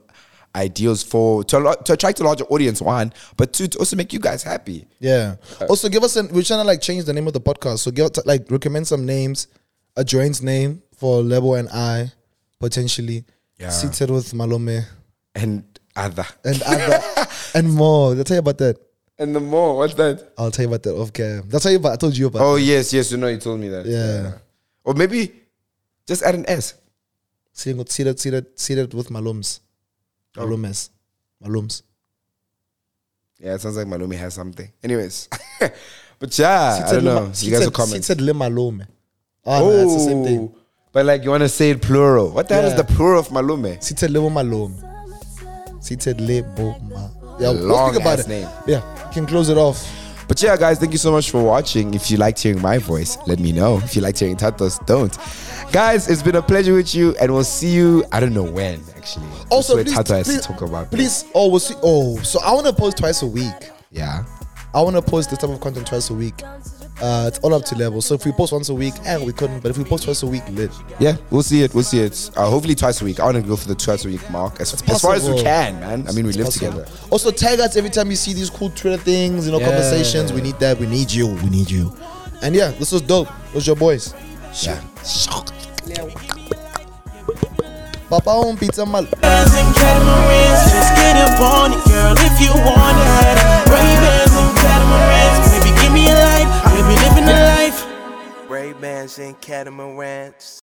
B: ideals for to, a lot, to attract a larger audience, one, but two, to also make you guys happy.
A: Yeah.
B: Uh,
A: Also, give us an. We're trying to like change the name of the podcast. So give us, like recommend some names, a joint name for Lebo and I, potentially.
B: Yeah.
A: Seated with Malome
B: And other.
A: and other and more. I'll tell you about that.
B: And the more, what's that?
A: I'll tell you about that off cam. That's how you about. I told you about.
B: Oh, yes, yes, you know, you told me that.
A: Yeah.
B: Or maybe just add an S.
A: Seeing with seated, seated, seated with Malomes,
B: Oh.
A: Malomes, Malomes.
B: Yeah, it sounds like Malumi has something. Anyways. but yeah, I
A: Seated
B: don't
A: le Ma-
B: know. You guys will
A: seated-
B: comment.
A: Seated le Malome. Oh, no, that's the same thing.
B: Oh, But like, you want to say it plural. What the hell is
A: Yeah.
B: the plural of Malume?
A: Seated le Malome. Seated le Bo Ma. Yeah, we'll
B: Long
A: speak about
B: ass
A: it.
B: name.
A: Yeah, can close it off.
B: But yeah, guys, thank you so much for watching. If you liked hearing my voice, let me know. If you liked hearing Tato's, don't. Guys, it's been a pleasure with you, and we'll see you. I don't know when, actually. That's
A: Also,
B: what
A: please,
B: Tato has
A: please,
B: to talk about. but
A: Please, oh, we'll see. Oh, so I want to post twice a week.
B: Yeah.
A: I want to post this type of content twice a week. Uh, it's all up to level. So if we post once a week, and we couldn't, but if we post twice a week, lit.
B: Yeah, we'll see it. We'll see it. Uh, hopefully, twice a week. I want to go for the twice a week mark as, as far as we
A: possible.
B: can, man. I mean, we live
A: Possible.
B: together.
A: Also, tag us every time you see these cool Twitter things, you know,
B: Yeah.
A: conversations. We need that. We need you. We need you. And yeah, this was dope. Those your boys.
B: Yeah.
A: Papa on pizza mal.
D: Ray-Bans and catamarans, just get up on it, girl, if you want it. Ray-Bans and catamarans, baby, give me a light. I be living a life. Ray-Bans and catamarans.